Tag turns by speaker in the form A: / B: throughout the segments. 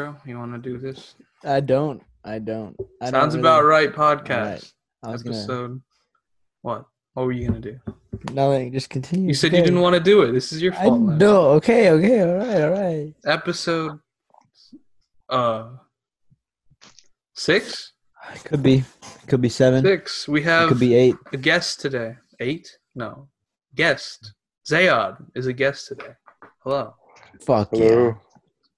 A: Bro, you want to do this?
B: I don't. I don't. I
A: Sounds
B: don't really-
A: about right. Podcast
B: Alright, I was
A: episode.
B: gonna
A: What? What were you gonna do?
B: nothing. Just continue.
A: You said you didn't want to do it. This is your
B: I
A: fault. now.
B: no. Okay. Okay. All right. All right.
A: Episode. Uh. Six.
B: Could be. Could be seven.
A: Six. We
B: it
A: have
B: Could be eight.
A: a guest today. Eight? No. Guest. Zayad is a guest today. Hello.
B: Fuck yeah.
C: Hello.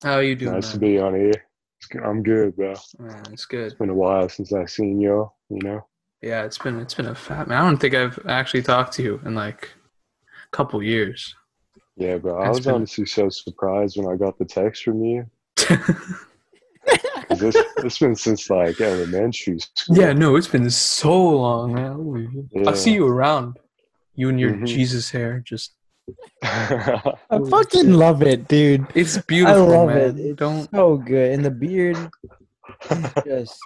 A: How are you doing?
C: nice to
A: man?
C: be on here. It's- I'm good, bro. It's
A: Man, it's good.
C: been a while since i seen y'all, you know?
A: Yeah, it's been it's been a fat. Man, I don't think I've actually talked to you in like a couple years.
C: Yeah, bro. I
A: That's
C: was
A: been-
C: honestly so surprised when I got the text from you. 'Cause This, it's been since like elementary school.
A: Yeah, no, it's been so long, man. Holy- I
C: Yeah.
A: see you around. You and your
C: Mhm.
A: Jesus hair, just
B: I
A: Holy shit.
B: fucking love it, dude.
A: it's beautiful,
B: I love
A: man.
B: it. It's
A: Don't
B: so good, and the beard is just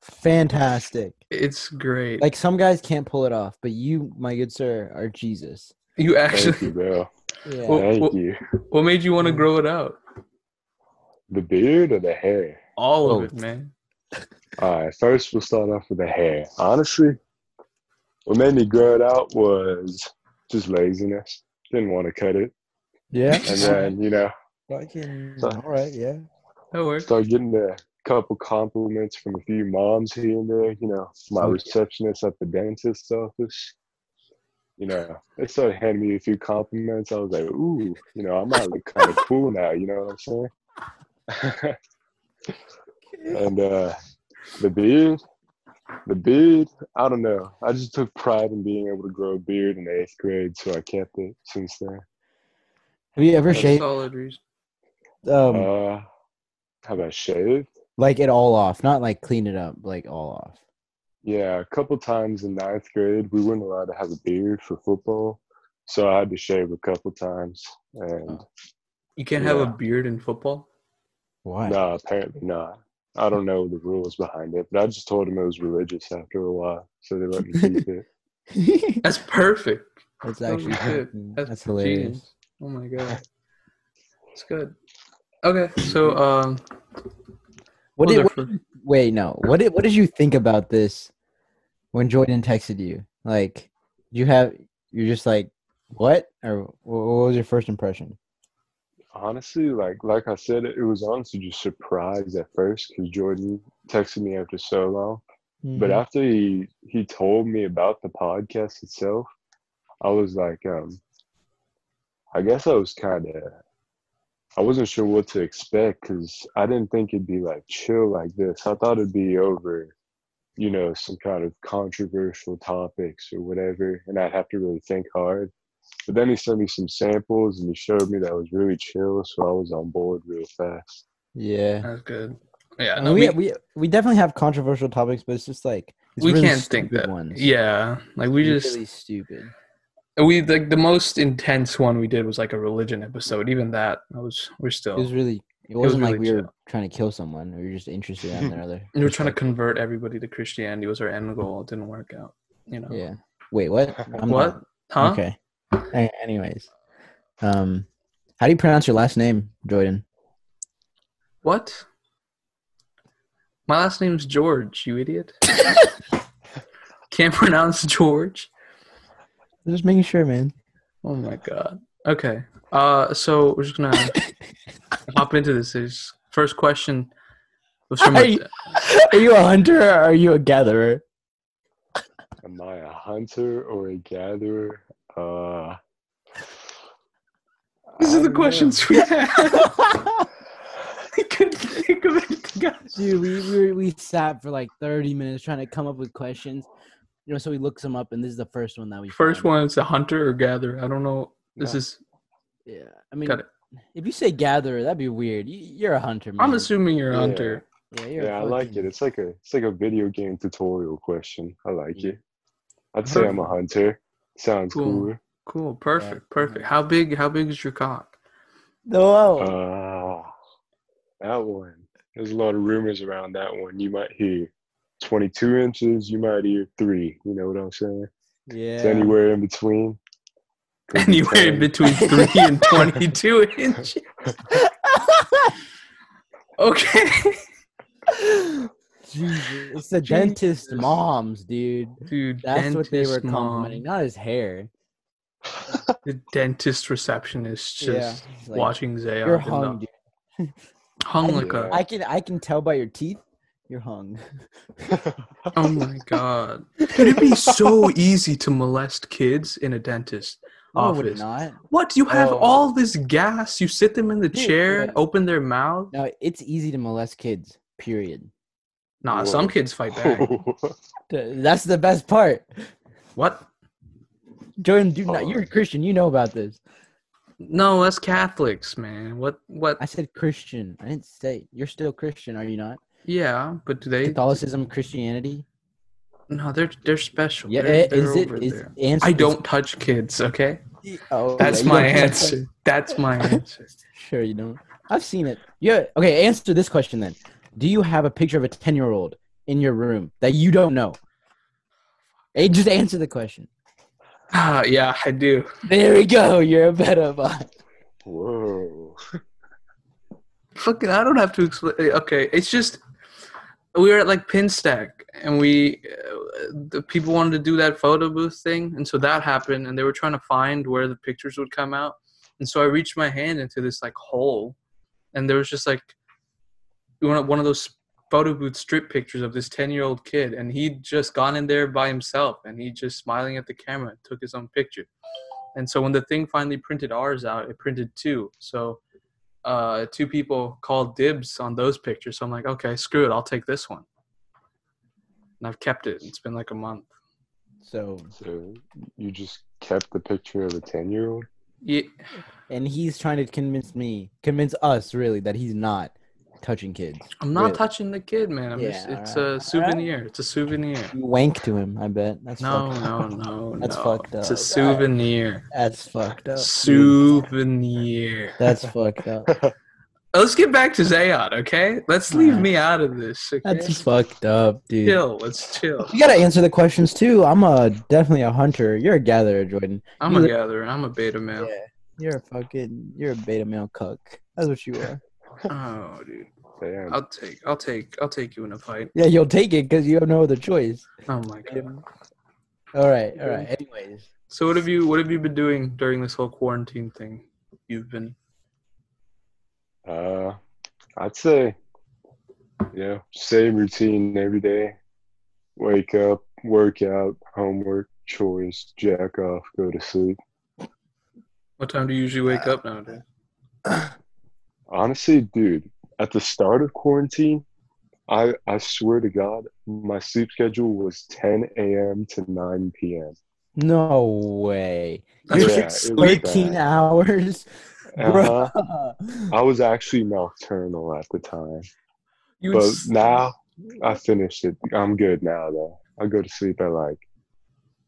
B: fantastic.
A: it's great.
B: Like some guys can't pull it off, but you, my good sir, are Jesus.
A: you
C: Thank
A: actually
C: you, bro.
B: Yeah.
A: Well-
C: Thank
A: well-
C: you. Mm-hmm.
A: what made you want to grow it out?
C: The beard or the hair?
A: All of
B: Oh.
A: it, man.
C: All right, first we'll start off with the hair. Honestly, what made me grow it out was just laziness. Didn't want to cut it.
B: yeah.
C: And then, you know,
B: Fucking.
C: So-
B: All right. Yeah.
A: That works.
C: Start getting a couple compliments from a few moms here and there. You know, my receptionist at the dentist's office. You know, they started handing me a few compliments. I was like, ooh, you know, I might look kind of cool now. You know what I'm saying? and uh, the beard, the beard. I don't know. I just took pride in being able to grow a beard in eighth grade, so I kept it since then.
B: Have you ever
A: That's
B: shaved
A: solid reason.
B: um
C: Uh, have I shaved?
B: like it all off? Not like clean it up, like all off.
C: Yeah, a couple times in ninth grade, we weren't allowed to have a beard for football, so I had to shave a couple times. And
A: You can't have a
C: Yeah.
A: beard in football.
B: Why?
C: no, apparently not. I don't know the rules behind it, but I just told them it was religious after a while, so they let me keep it.
A: That's perfect.
B: That's
A: That was
B: actually
A: good.
B: fucking-
A: That's
B: that's, hilarious.
A: genius. Oh my god, it's good. Okay, so um, we'll
B: What did what,
A: differ.
B: wait? No. What did what did you think about this when Jordan texted you? Like, you have you're just like what or wh- what was your first impression?
C: Honestly, like like I said, it was honestly just surprised at first because Jordan texted me after so long.
A: Mm-hmm.
C: But after he he told me about the podcast itself, I was like, um, I guess I was kind of, I wasn't sure what to expect because I didn't think it'd be like chill like this. I thought it'd be over, you know, some kind of controversial topics or whatever, and I'd have to really think hard. But then he sent me some samples and he showed me that it was really chill, so I was on board real fast.
B: yeah,
A: That's good. Yeah,
B: I
A: Uh, no, we,
B: mean, we, we we definitely have controversial topics, but it's just like it's
A: we
B: really
A: can't think
B: stupid
A: that.
B: ones.
A: Yeah, like we just
B: really stupid.
A: we like the most intense one we did was like a religion episode. Even that, I was we're
B: It
A: still
B: was really. It
A: Oh. was
B: wasn't like
A: really
B: we were trying to kill someone. We were just interested in another.
A: we were trying to convert everybody to Christianity was our end goal. It didn't work out. You know
B: Yeah. Wait, what? I'm
A: Oh. what?
B: not-
A: Huh?
B: Okay. A- Anyways, um, how do you pronounce your last name, Jordan?
A: What? My last name's George. You idiot. can't pronounce George.
B: Just making sure, man.
A: Oh my god. Okay. Uh, so we're just gonna hop into this. Is first question was from
B: Are you- Are you a hunter or are you a gatherer?
C: Am I a hunter or a gatherer? Uh,
A: these
C: I
A: are the
C: don't know.
A: questions we had. I couldn't think of anything else.
B: Dude, we, we were- we sat for like thirty minutes trying to come up with questions. You know, so we looked some up, and this is the first one that we.
A: First
B: found.
A: one is a hunter or gatherer. I don't know. This
C: Yeah.
A: is.
B: Yeah, I mean,
A: Got it.
B: if you say gatherer, that'd be weird. You, you're a hunter, man.
A: I'm assuming you're a
C: Yeah.
A: hunter.
B: Yeah, you're a
C: Yeah, I like it.
B: fucking-
C: It's like a it's like a video game tutorial question. I like it. I'd say I'm a hunter. Sounds
A: Mm. Cool.
C: cool.
A: Cool. Perfect. Perfect. How big? How big is your cock?
B: No.
C: Uh, that one. There's a lot of rumors around that one. You might hear 22 inches. You might hear three. You know what I'm saying? It's
B: yeah.
C: anywhere in between. Could be
A: Anywhere
C: 10.
A: between three and twenty-two inches. Okay.
B: Jesus. It's the dentist
A: Jesus.
B: moms, dude.
A: Dude,
B: That's
A: dentist
B: what they were
A: mom.
B: complimenting, not his hair.
A: The dentist receptionist
B: Yeah,
A: just
B: he's like,
A: watching Zay.
B: You're hung, dude.
A: Hung
B: I
A: like
C: can-
A: a.
B: I can I can tell by your teeth. You're hung.
A: Oh my god. Dude, it'd be so easy to molest kids in a dentist
B: No, it would
A: office.
B: not.
A: What? You have
C: Oh.
A: all this gas. You sit them in the
B: Dude,
A: chair,
B: yeah.
A: open their mouth.
B: No, it's easy to molest kids. Period.
A: Nah,
C: Whoa.
A: some kids fight back.
B: Th- That's the best part.
A: What?
B: Jordan, do not.
C: Oh.
B: You're a Christian. You know about this.
A: No, that's Catholics, man. What? What?
B: I said Christian. I didn't say you're still Christian. Are you not?
A: Yeah, but do they?
B: Catholicism, Christianity.
A: No, they're they're special.
B: Yeah, eh,
A: they're, they're
B: is it?
A: over
B: Is
A: there.
B: ans-
A: I
B: is-
A: don't touch kids. Okay,
B: Oh,
A: that's
B: yeah, you
A: my
B: don't-
A: answer. That's my answer.
B: Sure, you don't. I've seen it. Yeah. Okay, answer this question then. Do you have a picture of a ten-year-old in your room that you don't know? Hey, just answer the question.
A: Ah, yeah, I do.
B: There we go. You're a pedophile.
C: Whoa.
A: Fucking, I don't have to explain. Okay, it's just we were at like Pinstack, and we uh, the people wanted to do that photo booth thing, and so that happened, and they were trying to find where the pictures would come out, and so I reached my hand into this like hole, and there was just like one of- one of those photo booth strip pictures of this ten year old kid, and he'd just gone in there by himself, and he just smiling at the camera, and took his own picture, and so when the thing finally printed ours out, it printed two, so uh, two people called dibs on those pictures. So I'm like, okay, screw it, I'll take this one. And I've kept it. It's been like a month.
B: So,
C: So you just kept the picture of a 10 year old?
A: Yeah,
B: and he's trying to convince me, convince us really that he's not touching kids.
A: I'm not
B: Really?
A: touching the kid, man. I'm just,
B: Yeah,
A: it's
B: alright,
A: a souvenir. It's a souvenir.
B: You wank to him. I bet. That's
A: No,
B: fucked
A: no,
B: up.
A: no,
B: That's
A: no.
B: fucked
A: It's
B: up.
A: a souvenir.
B: That's fucked up. dude.
A: Souvenir.
B: That's fucked up.
A: Let's get back to Zayon, okay? Let's leave
B: Alright.
A: me out of this. Okay?
B: That's fucked up, dude.
A: chill. Let's chill.
B: You gotta answer the questions too. I'm a definitely a hunter. You're a gatherer, Jordan.
A: I'm
B: You
A: a
B: li-
A: gatherer. I'm a beta male.
B: You're a fucking. You're a beta male cuck. That's what you are.
A: Oh, dude.
C: Damn.
A: I'll take. I'll take. I'll take you in a fight.
B: Yeah, you'll take it because you have no other choice.
A: Oh my god.
B: All right, all right. Anyways,
A: So what have you what have you been doing during this whole quarantine thing? You've been
C: Uh, I'd say, yeah, same routine every day. Wake up, work out, homework, chores, jack off, go to sleep.
A: what time do you usually wake
B: Uh,
A: up nowadays?
C: Honestly, dude, at the start of quarantine, I I swear to God, my sleep schedule was 10 a.m. to 9 p.m.
B: no way.
A: That's
C: Yeah,
A: what
C: it was
A: sleep.
B: Thirteen
C: bad.
B: hours,
C: Uh-huh.
B: Bruh.
C: I was actually nocturnal at the time,
A: You would
C: but
A: s-
C: now I finished it. I'm good now though. I go to sleep at like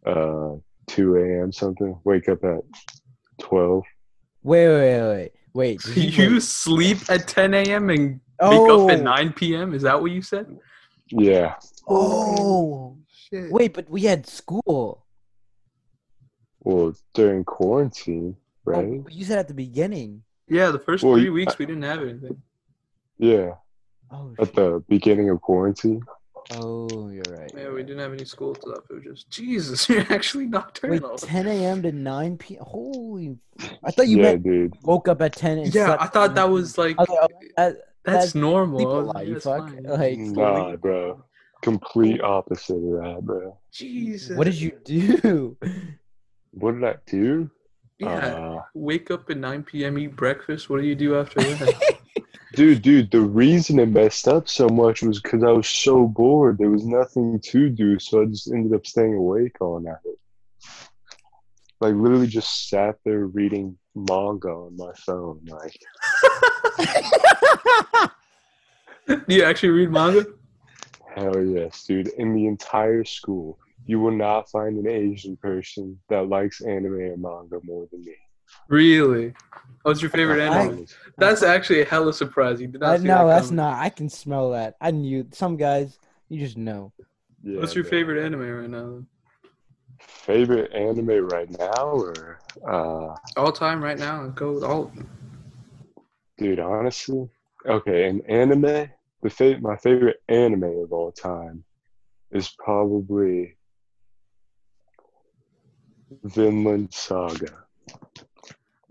C: uh 2 a.m. something. Wake up at 12.
B: Wait, wait, wait, wait. Wait,
A: so
B: did you-
A: you sleep at 10 a.m. and wake
B: oh,
A: up at 9 p.m. Is that what you said?
C: Yeah.
B: Oh,
A: shit!
B: wait, but we had school. Oh,
C: Well, during quarantine,
B: Oh,
C: right?
B: but you said at the beginning.
A: Yeah, the first
C: Well,
A: three
C: you-
A: weeks we didn't have anything.
C: Yeah,
B: Oh,
C: at
B: shit.
C: the beginning of quarantine.
B: oh, you're right.
A: Yeah,
B: you're
A: we
B: right.
A: didn't have any school stuff. It was just Jesus. You're actually
B: Wait,
A: nocturnal.
B: 10 a.m. to 9 p.m. Holy, I thought you
C: yeah,
B: meant
C: dude.
B: woke up at 10. And
A: Yeah,
B: slept
A: I thought
B: at
A: that
B: 9.
A: was like
B: Okay, oh, that-
A: that's,
B: that's
A: normal.
B: sleep a
A: I was
B: lot,
A: like,
B: you
A: that's
B: fuck.
A: fine.
B: Like,
C: Nah, bro. Complete opposite of that, bro.
A: Jesus.
B: what did you do?
C: What did I do?
A: Yeah,
C: Uh,
A: wake up at 9 p.m. Eat breakfast. What do you do after that?
C: dude, dude, the reason it messed up so much was because I was so bored. There was nothing to do, so I just ended up staying awake all night. Like literally, just sat there reading manga on my phone. Like,
A: Do you actually read manga?
C: hell yes, dude. In the entire school, you will not find an Asian person that likes anime or manga more than me.
A: Really? What's your favorite
C: I
A: anime?
C: promise.
A: That's actually a hella surprise. You did not
B: I,
A: see um, that
B: no, that's
A: coming.
B: not. I can smell that. I knew some guys. You just know.
C: Yeah,
A: What's your
C: bro.
A: favorite anime right now?
C: favorite anime right now or uh
A: All time right now. Go with all.
C: dude honestly Okay, an anime. The fa- my favorite anime of all time is probably Vinland Saga.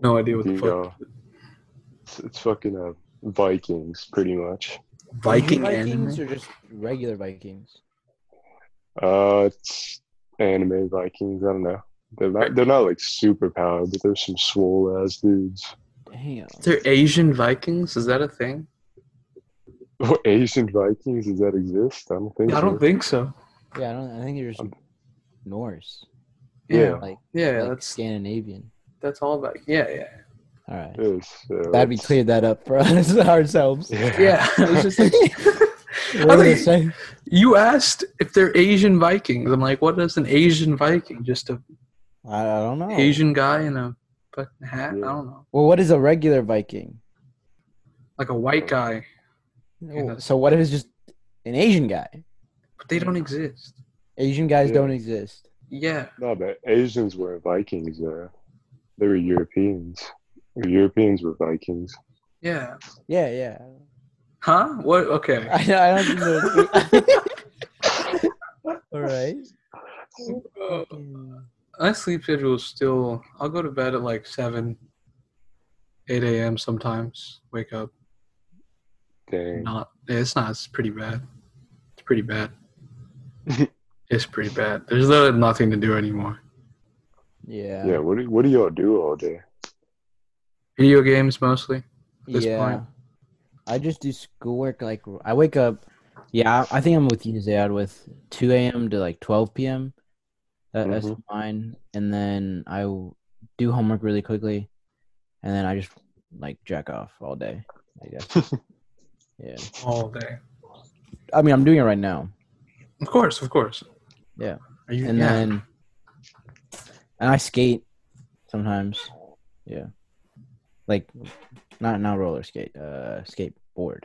A: No idea what
C: You
A: the fuck.
C: know, it's, it's fucking uh, Vikings, pretty much.
A: Viking
B: Vikings
A: anime.
B: or just regular Vikings?
C: Uh, it's anime Vikings. I don't know. They're not. They're not like super powered, but there's some swole ass dudes.
B: Damn.
A: They're Asian Vikings. Is that a thing?
C: What Asian Vikings? Does that exist? I don't think.
A: I
C: so.
A: don't think so.
B: Yeah, I don't. I think they're just Norse,
A: Um, Yeah,
B: like,
A: yeah.
B: like
A: that's
B: Scandinavian.
A: that's all about. Yeah, yeah.
B: All right,
C: It is, so
B: glad we
C: it's-
B: cleared that up for us ourselves.
A: Yeah, I was just like,
B: What were they
A: I think
B: saying?
A: you asked if they're Asian Vikings. I'm like, what is an Asian Viking? Just a
B: I, I don't know.
A: Asian guy in a fucking hat?
C: Yeah.
A: I don't know.
B: Well, what is a regular Viking?
A: Like a white guy.
B: No, So what if it's just an Asian guy?
A: But they don't exist.
B: Asian guys
C: Yeah.
B: don't exist.
A: Yeah.
C: No, but Asians were Vikings. Uh, they were Europeans. The Europeans were Vikings.
A: Yeah.
B: Yeah, yeah.
A: Huh? What okay.
B: I, I don't think they're- All right.
A: Uh, my sleep schedule is still I'll go to bed at like seven, eight AM sometimes. Wake up.
C: Dang.
A: Not it's not it's pretty bad. It's pretty bad. it's pretty bad. There's literally nothing to do anymore.
B: Yeah.
C: Yeah. What do What do y'all do all day?
A: Video games mostly. this
B: yeah.
A: point.
B: I just do schoolwork. Like I wake up. Yeah, I I think I'm with you, Zayad, with 2 a.m. to like 12 p.m. That, That's
A: Mm-hmm.
C: Mhm.
B: mine. And then I w- do homework really quickly, and then I just like jack off all day. I guess. yeah.
A: All day.
B: I mean, I'm doing it right now,
A: Of course, of course.
B: Yeah.
A: Are you
B: and
A: yeah.
B: then and I skate sometimes. Yeah. Like, not not roller skate. Uh, skateboard.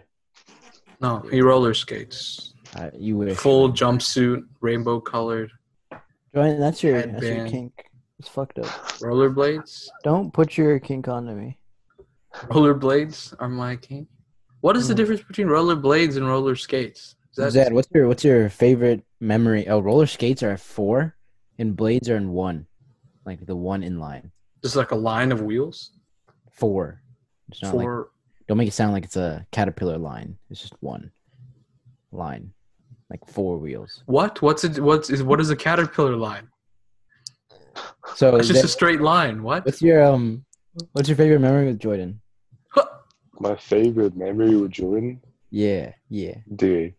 A: no, he roller skates.
B: I, you wish.
A: Full jumpsuit, rainbow colored
B: Join. That's your that's your
A: Headband.
B: kink. It's fucked up.
A: rollerblades.
B: Don't put your kink onto me.
A: Rollerblades are my king. What is the
B: Mm.
A: difference between rollerblades and roller skates? Is
B: Zed, what's your what's your favorite memory? Oh, roller skates are four, and blades are in one, like the one in line.
A: just like a line of wheels?
B: Four. It's not like
A: For
B: don't make it sound like it's a caterpillar line. It's just one line, like four wheels.
A: what? What's it? What's is what is a caterpillar line?
B: So
A: It's just a
B: Zed,
A: straight line. What?
B: what's your um, what's your favorite memory with Jordan?
A: Huh.
C: My favorite memory with Jordan,
B: Yeah, yeah.
C: dude.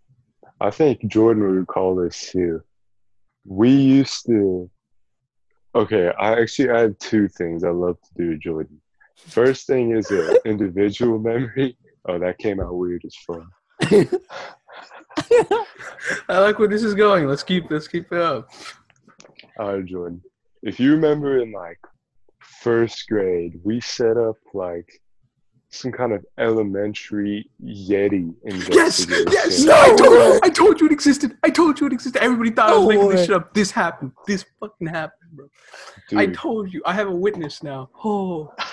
C: I think Jordan would recall this too. We used to. Okay, I actually I have two things I love to do with Jordan. First thing is an individual memory. Oh, that came out weird as fuck.
A: I like where this is going. Let's keep. Let's keep it up.
C: All right, Jordan. If you remember in like first grade, we set up like some kind of elementary Yeti
A: Yes.
C: investigation.
A: Yes.
B: No
A: I
B: way.
A: told. I told you it existed. I told you it existed. Everybody thought I was
B: No
A: making
B: way.
A: this shit up. This happened. This fucking happened, bro. I
C: Dude,
A: told you. I have a witness now. Oh.
C: Dude,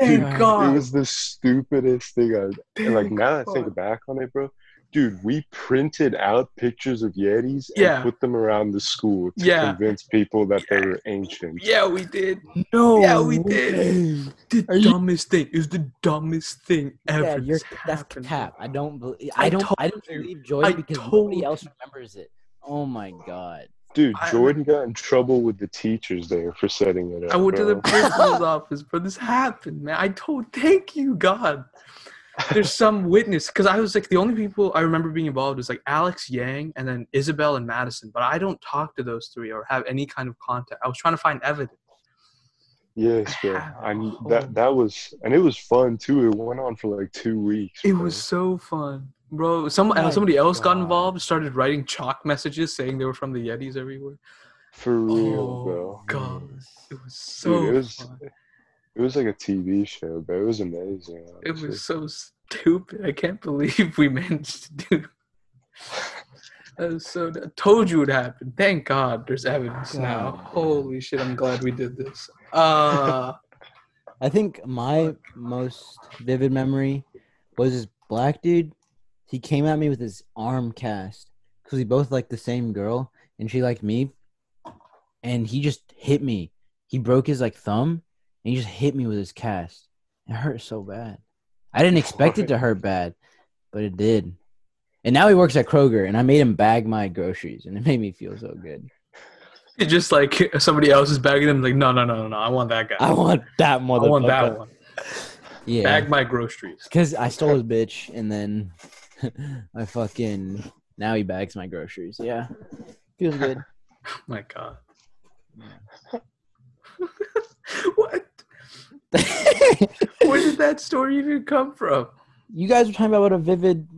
B: Oh
A: Thank God.
C: It was the stupidest thing I've and like
A: Thank
C: now that I
A: God.
C: think back on it, bro. Dude, we printed out pictures of Yetis and
A: Yeah.
C: put them around the school to
A: Yeah.
C: convince people that they were ancient.
A: Yeah, we did.
B: No.
A: Yeah, we did.
B: way.
A: The
B: Are you-
A: dumbest thing is the dumbest thing ever.
B: Yeah, you're,
A: that's
B: that's
A: happened.
B: cap. I don't believe.
A: I
B: I don't.
A: told
B: I don't
A: you.
B: believe Jordan
A: I
B: because
A: told
B: nobody else remembers it. Oh my god.
C: Dude,
A: I-
C: Jordan got in trouble with the teachers there for setting it up.
A: I went to the
C: bro.
A: principal's office, bro. This happened, man. I told, thank you, God. There's some witness because I was like the only people I remember being involved is like Alex Yang and then Isabel and Madison, but I don't talk to those three or have any kind of contact. I was trying to find evidence.
C: Yes, bro.
A: Wow.
C: I kn- that that was and it was fun too. It went on for like two weeks.
A: It
C: bro.
A: was so fun, bro. Some
C: Oh
B: My
A: somebody else got
B: God.
A: involved, started writing chalk messages saying they were from the Yetis everywhere.
C: for real,
A: Oh,
C: bro.
A: God,
B: Yes.
A: it was so
C: Dude, it was
A: fun.
C: it was like a TV show, but it was amazing.
A: It
C: honestly.
A: was so stupid. I can't believe we managed to do. That was so. I told you it happened. Thank God, there's evidence now.
B: God.
A: Holy shit! I'm glad we did this. Uh
B: I think my most vivid memory was black dude, he came at me with his arm cast because we both liked the same girl and she liked me, and he just hit me. He broke his like thumb and he just hit me with his cast. It hurt so bad. I didn't expect it to hurt bad, but it did. And now he works at Kroger, and I made him bag my groceries, and it made me feel so good.
A: It's just like somebody else is bagging them. Like, no, no, no, no, no. I want that guy.
B: I want that
A: I
B: motherfucker.
A: want that one.
B: Yeah,
A: Bag my groceries.
B: because I stole his bitch, and then I fucking now he bags my groceries. Yeah, feels good.
A: Oh My God. what? Where did that story even come from?
B: you guys were talking about a vivid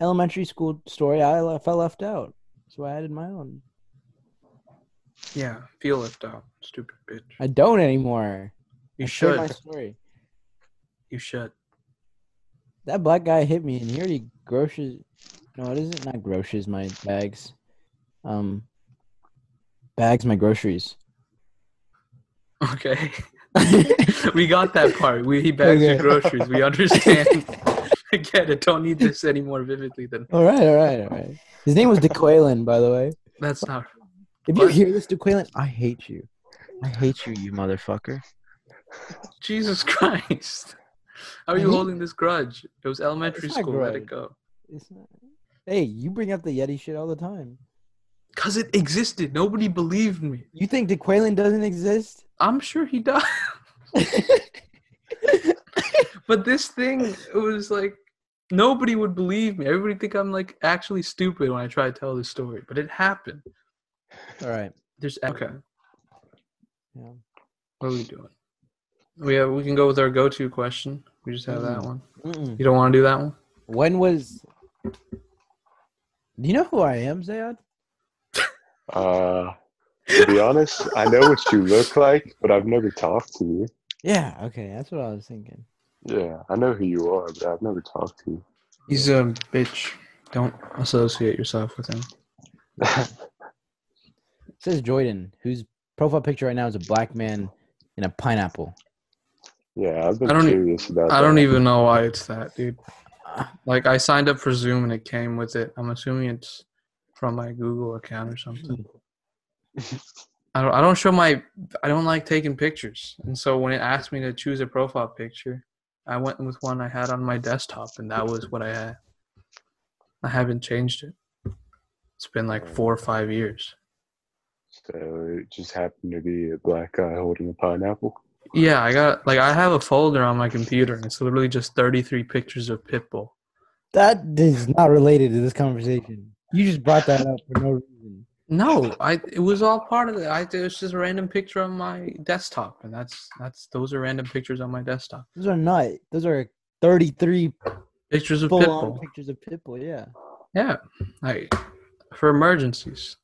B: elementary school story. I le- felt left out, so I added my own.
A: Yeah, feel left out, stupid bitch.
B: I don't anymore.
A: You
B: I shared
A: should.
B: my story.
A: You should.
B: That black guy hit me, and he already grosses. No, what is it? Not grosses my bags. Um, bags my groceries.
A: Okay. we got that part. We he bags your
B: Okay.
A: groceries. We understand. I get it. Don't need this any more vividly than
B: All right, all right, all right. His name was DeQuaylen, by the way.
A: that's not.
B: If you
A: What?
B: hear this, DeQuaylen, I hate you. I hate you, you motherfucker.
A: Jesus Christ. How are you
B: Mhm.
A: holding this grudge? It was elementary
B: It's not
A: school. Let it
B: grudge.
A: go.
B: It's not... Hey, you bring up the Yeti shit all the time.
A: Cause it existed. Nobody believed me.
B: You think DeQuaylen doesn't exist?
A: I'm sure he does. but this thing, it was like nobody would believe me. Everybody think I'm like actually stupid when I try to tell this story. But it happened.
B: all right.
A: There's okay.
B: Yeah.
A: What are we doing? We have, we can go with our go-to question. We just have that one.
B: Mm-mm.
A: You don't want to do that one?
B: When was? Do you know who I am, Zayad?
C: Uh, to be honest, I know what you look like, but I've never talked to you.
B: Yeah. Okay, that's what I was thinking.
C: Yeah, I know who you are, but I've never talked to you.
A: He's a bitch. Don't associate yourself with him.
B: It says Jordan, whose profile picture right now is a black man in a pineapple.
C: yeah, I've
A: I
C: been
A: don't e-
C: curious about
A: I
C: that.
A: don't even know why it's that, dude.
B: Ah,
A: Like I signed up for Zoom and it came with it. I'm assuming it's from my Google account or something. I don't I don't show my I don't like taking pictures. And so when it asked me to choose a profile picture, I went with one I had on my desktop and that was what I had. I haven't changed it. It's been like 4 or 5 years.
C: So it just happened to be a black guy holding a pineapple.
A: Yeah, I got like I have a folder on my computer and it's literally just 33 pictures of Pitbull.
B: That is not related to this conversation. You just brought that up for no reason.
A: No, I it was all part of it. I it was just a random picture on my desktop, and that's that's those are random pictures on my desktop.
B: Those are not. Those are 33
A: Pictures of
B: full-on
A: Pitbull.
B: pictures of Pitbull. Yeah.
A: Yeah, like for emergencies.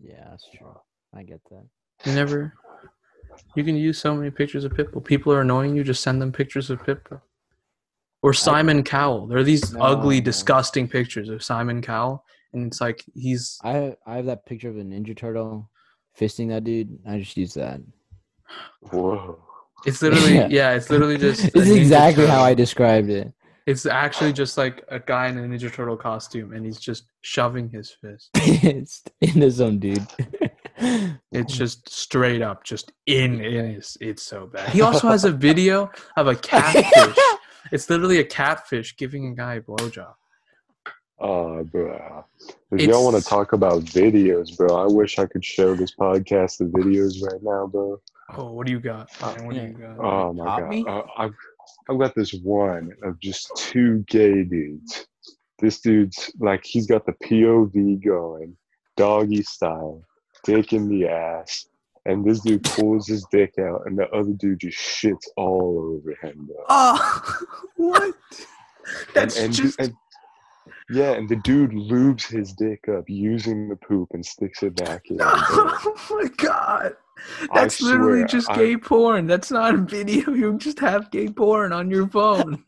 B: Yeah, that's true. I get that.
A: You never. You can use so many pictures of Pitbull. People are annoying you. Just send them pictures of Pitbull. Or Simon Cowell. There are these
B: No,
A: ugly,
B: no.
A: disgusting pictures of Simon Cowell, and it's like he's
B: I I have that picture of a Ninja Turtle fisting that dude. I just use that.
C: Whoa.
A: it's literally
B: Yeah.
A: yeah, it's literally just a
B: this is
A: Ninja
B: exactly
A: Turtle.
B: how I described it.
A: It's actually just like a guy in a Ninja Turtle costume, and he's just shoving his fist.
B: it's in the zone, dude.
A: It's just straight up, just in. in it's, it's so bad. He also has a video of a catfish. it's literally a catfish giving a guy a blowjob.
C: Uh, bro. If
A: It's-
C: y'all want to talk about videos, bro, I wish I could show this podcast the videos right now, bro.
A: Oh, what do you got? man? What do you got?
C: Oh my
B: Top me?
C: god, uh, I've I've got this one of just two gay dudes. This dude's like he's got the POV going, doggy style, dick in the ass, and this dude pulls his dick out, and the other dude just shits all over him, bro.
A: Oh, what? That's
C: and, and,
A: just
C: and- yeah, and the dude lubes his dick up using the poop and sticks it back in. bro.
A: Oh my god.
C: I
A: That's literally
C: swear,
A: just
C: I-
A: gay porn. That's not a video. You just have gay porn on your phone.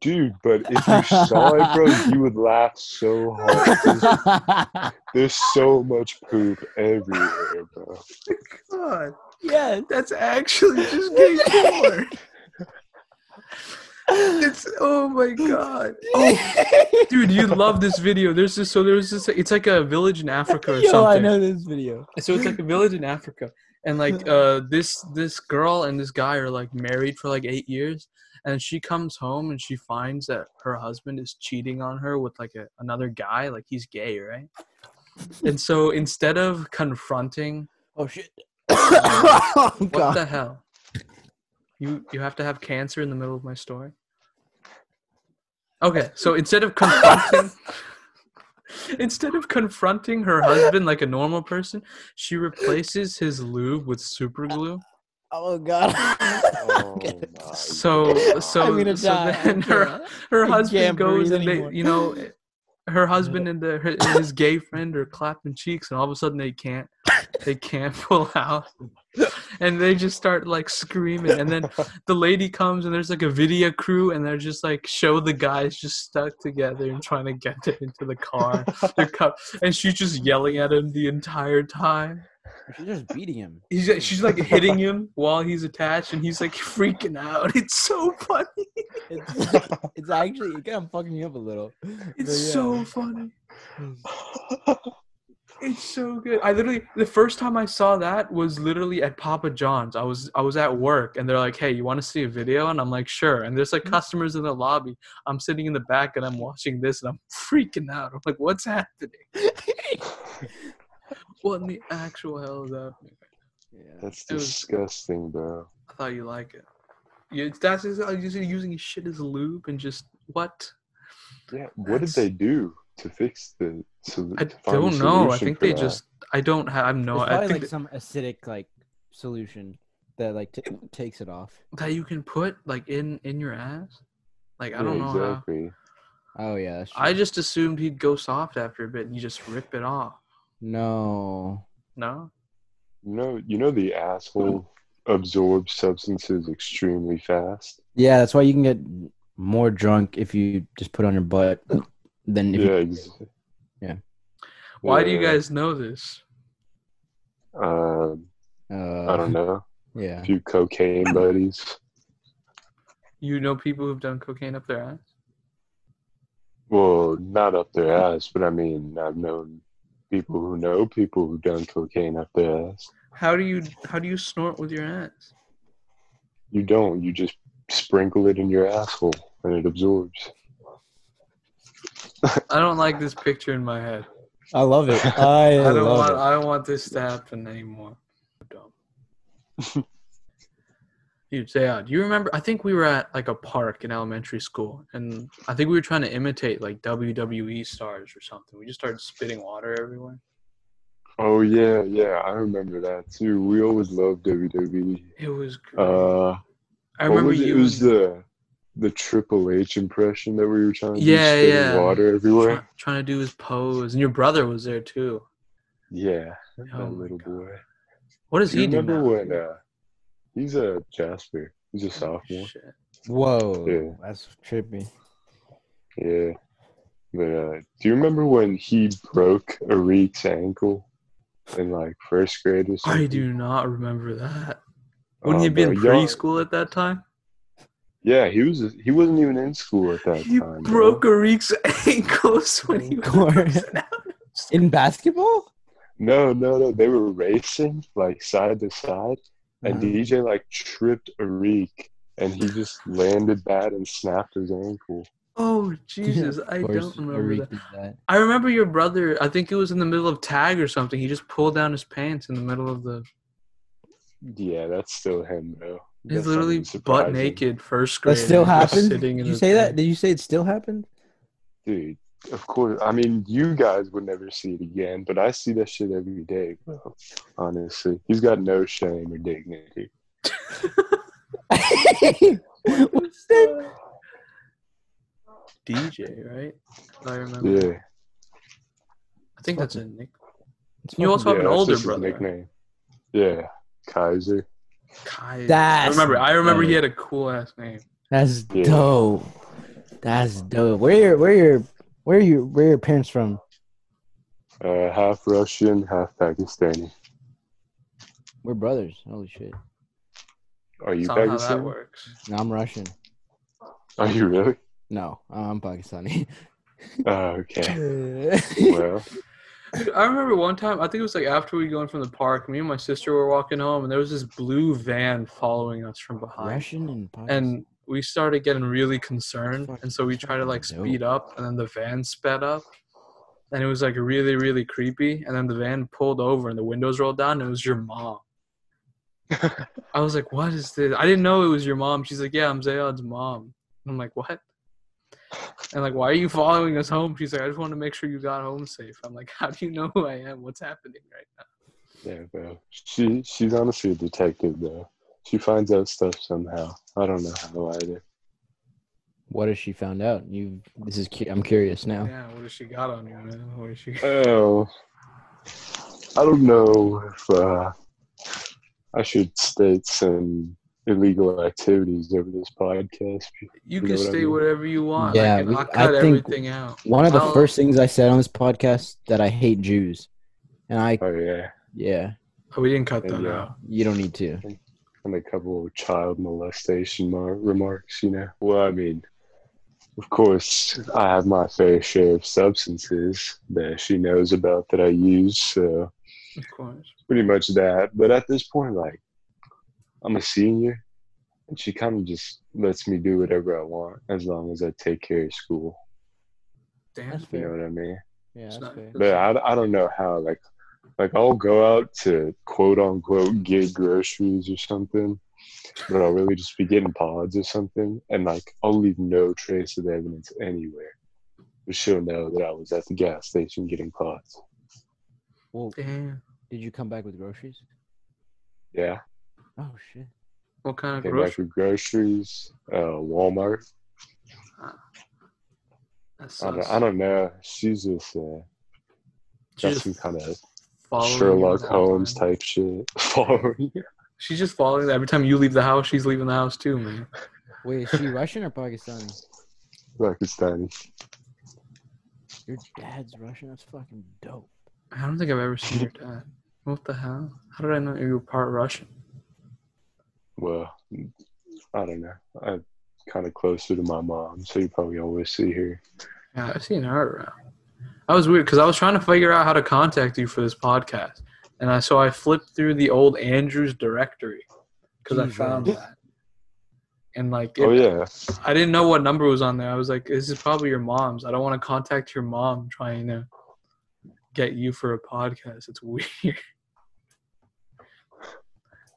C: Dude, but if you saw it, bro, you would laugh so hard. There's, there's so much poop everywhere, bro.
A: God.
B: yes.
A: That's actually just gay porn. It's oh my god. Oh, dude, you love this video. There's this so there's this it's like a village in Africa or
B: Yo,
A: something.
B: I know this video.
A: So it's like a village in Africa, and like uh, this this girl and this guy are like married for like eight years, and she comes home and she finds that her husband is cheating on her with like a, another guy, like he's gay, right? And so instead of confronting,
B: Oh shit. oh,
A: what
B: God.
A: the hell? You you have to have cancer in the middle of my story. Okay, so instead of confronting instead of confronting her husband like a normal person, she replaces his lube with super glue.
B: oh god.
C: Oh my
A: So
C: God.
A: so
B: I'm gonna
A: so
B: die.
A: then her her
B: I
A: husband
B: can't
A: goes
B: breathe
A: and they
B: anymore.
A: you know her husband and the her, and his gay friend are clapping cheeks and all of a sudden they can't they can't pull out and they just start like screaming and then the lady comes and there's like a video crew and they're just like show the guys just stuck together and trying to get them into the car They're cup and she's just yelling at him the entire time
B: She's just beating him.
A: he's she's like hitting him while he's attached and he's like freaking out it's so funny
B: It's, it's actually it kind of fucking me up a little. But
A: It's
B: yeah.
A: so funny. It's so good. I literally the first time I saw that was literally at Papa John's. I was I was at work and they're like, "Hey, you want to see a video?" And I'm like, "Sure." And there's like
B: Mm-hmm.
A: customers in the lobby. I'm sitting in the back and I'm watching this and I'm freaking out. I'm like, "What's happening? What in the actual hell is happening?"
B: yeah.
C: That's
A: It was-
C: disgusting, bro.
A: I thought you like it. You, that's just, I'm just using his shit as a lube and just what?
C: Yeah, what did
A: That's-
C: they do to fix the? So
A: I don't know. I think they just I don't have. I'm
B: It's
A: no. I
B: probably
A: think
B: like
A: that-
B: some acidic like solution that like t- takes it off.
A: that you can put like in in your ass. Like I don't know. how-
C: exactly.
B: Oh yeah, that's true.
A: I just assumed he'd go soft after a bit and you just rip it off.
B: no.
A: No,
C: You know, you know the asshole absorbs substances extremely fast.
B: Yeah, that's why you can get more drunk if you just put on your butt than if
C: Yeah.
B: you,
C: Ex-
B: Yeah.
A: why do you
C: Yeah,
A: guys know this?
C: Um,
B: uh,
C: I don't know. A
B: Yeah.
C: few cocaine buddies.
A: You know people who've done cocaine up their ass.
C: Well, not up their ass, but I mean, I've known people who know people who've done cocaine up their ass.
A: How do you how do you snort with your ass?
C: You don't. You just sprinkle it in your asshole, and it absorbs.
A: I don't like this picture in my head.
B: I love it.
A: I
B: I,
A: don't
B: love
A: want
B: it.
A: I don't want this to happen anymore. Dumb. Dude, Zayad, do you remember? I think we were at like a park in elementary school, and I think we were trying to imitate like WWE stars or something. We just started spitting water everywhere.
C: Oh yeah, yeah, I remember that too. We always loved WWE.
A: It was great.
C: Uh,
A: I
C: what
A: remember
C: was it?
A: you.
C: It was
A: and-
C: the the Triple H impression that we were trying to do,
A: Yeah,
C: spitting
A: yeah.
C: water
A: try,
C: everywhere.
A: trying to do his pose, and your brother was there too.
C: Yeah,
A: Oh
C: that
A: my
C: little
A: God.
C: boy.
A: What does
C: Do you
A: he do
C: remember
A: now?
C: when? Uh, he's a Jasper. He's a sophomore.
A: Shit.
B: Whoa,
C: Yeah.
B: that's trippy.
C: Yeah. But uh, do you remember when he broke Arik's ankle in like first grade or something?
A: I do not remember that.
C: Oh,
A: Wouldn't he have been
C: bro, y'all-
A: preschool at that time?
C: Yeah, he was. He wasn't even in school at that
A: He
C: time. bro.
A: broke Arik's ankles when he was
B: Corn.
A: passing out.
B: In basketball?
C: No, no, no. They were racing like side to side, and
B: Uh-huh.
C: DJ like tripped Arik, and he just landed bad and snapped his ankle.
A: Oh Jesus, I
B: Of
A: don't
B: course,
A: remember
B: Arik
A: that.
B: did that.
A: I remember your brother. I think it was in the middle of tag or something. He just pulled down his pants in the middle of the.
C: Yeah, that's still him, bro.
A: He's
C: That's not
A: literally
C: even
A: butt
C: surprising.
A: naked, first grade.
B: That still
A: just
B: happened.
A: sitting in
B: Did you
A: his
B: say
A: pants.
B: that? Did you say it still happened?
C: dude. Of course, I mean you guys would never see it again, but I see that shit every day, bro. Honestly, he's got no shame or dignity.
B: What's that?
A: DJ, right? I remember.
C: Yeah,
A: I think that's a
B: Fucking-
A: nick. You also have
C: yeah,
A: an
C: that's
A: older
C: just his
A: brother.
C: nickname. Yeah, Kaiser.
A: Kai. I
B: That's
A: remember. I remember he
B: dope.
A: had a cool ass name.
B: That's
C: Yeah.
B: dope. That's dope. Where your where your where your where your parents from?
C: Uh, half Russian, half Pakistani.
B: We're brothers. Holy shit.
C: Are you
A: Somehow
C: Pakistani?
A: that works.
B: No, I'm Russian.
C: Are you really?
B: No, I'm Pakistani.
C: Oh, okay.
B: yeah,
C: Well,
A: Dude, I remember one time, I think it was like after we going from the park, me and my sister were walking home, and there was this blue van following us from behind.
B: Russian and Pakistani.
A: And we started getting really concerned, and so we tried to like
B: Fucking dope.
A: speed up, and then the van sped up, and it was like really, really creepy. And then the van pulled over, and the windows rolled down, and it was your mom. I was like, "What is this?" I didn't know it was your mom. She's like, "Yeah, I'm Zayad's mom." And I'm like, "What?" And like, "Why are you following us home?" She's like, "I just want to make sure you got home safe." I'm like, "How do you know who I am? What's happening right now?"
C: yeah, bro. She she's honestly a detective though. She finds out stuff somehow. I don't know how either.
B: what has she found out? You. This is. Cu- I'm curious now.
A: Yeah, what has she got on you, man? What is she?
C: Oh, I don't know if uh, I should state some illegal activities over this podcast.
A: You
C: know
A: can
C: what I
A: state
C: mean?
A: whatever you want.
B: Yeah,
A: I, can,
B: we-
A: I'll
B: I
A: cut
B: think-
A: everything out.
B: One of the
A: I'll-
B: first things I said on this podcast that I hate Jews, and I.
C: Oh yeah,
B: Yeah,
A: Oh, we didn't cut that
C: Yeah.
A: out.
B: you don't need to.
C: and a couple of child molestation mar- remarks. You know. Well, I mean, of course, I have my fair share of substances that she knows about that I use. So
A: Of course.
C: pretty much that. But at this point, like, I'm a senior, and she kind of just lets me do whatever I want as long as I take care of school.
A: Damn.
C: You know what I mean?
B: Yeah,
A: It's not-
C: But I, I don't know how, like, like I'll go out to quote unquote get groceries or something, but I'll really just be getting pods or something, and like I'll leave no trace of evidence anywhere. But she'll know that I was at the gas station getting pods.
B: Well,
A: Damn.
B: did you come back with groceries?
C: Yeah,
B: Oh shit.
A: What kind of
C: came
A: grocery?
C: back with groceries, uh, Walmart.
A: That
C: I don't,
A: sucks.
C: I don't know. She's just uh,
A: She
C: got
A: just
C: some kind of
A: following you
C: Sherlock
A: the whole
C: Holmes
A: time.
C: type shit. Following you.
A: She's just following every time you leave the house. She's leaving the house too, man.
B: Wait, is she Russian or Pakistani?
C: Pakistani.
B: Your dad's Russian. That's fucking dope.
A: I don't think I've ever seen your dad. What the hell? How did I know you were part Russian?
C: Well, I don't know. I'm kind of closer to my mom, so you probably always see her.
A: Yeah, I've seen her around. That was weird because I was trying to figure out how to contact you for this podcast, and I so I flipped through the old Andrews directory because I
B: Jesus.
A: found that, and like
C: Mm-hmm. Oh
A: it-
C: yeah,
A: I didn't know what number was on there. I was like, this is probably your mom's. I don't want to contact your mom trying to get you for a podcast. It's weird.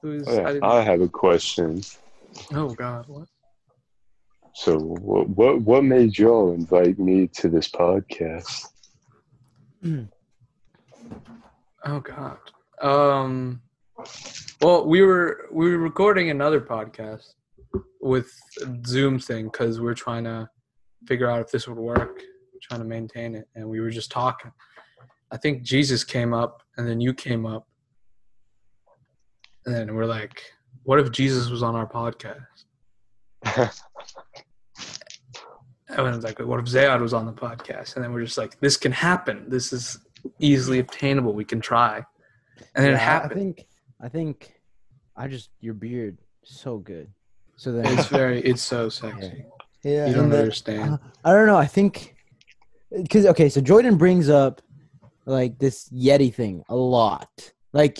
A: It was,
C: oh, yeah.
A: I didn't,
C: I have a question.
A: oh God, what?
C: So, what what, what made y'all invite me to this podcast?
A: Oh God. Um. Well, we were we were recording another podcast with Zoom thing because we're trying to figure out if this would work, trying to maintain it, and we were just talking. I think Jesus came up, and then you came up, and then we're like, "What if Jesus was on our podcast?" And I was like, "What if Zayad was on the podcast?" And then we're just like, "This can happen. This is easily obtainable. We can try." And then
B: Yeah,
A: it
B: I-
A: happened.
B: I think. I think. I just your beard so good. So then.
A: It's very, it's so sexy.
B: yeah.
A: You
B: and uh,
A: don't
B: then-
A: understand.
B: I don't know. I think because okay, so Jordan brings up like this Yeti thing a lot. Like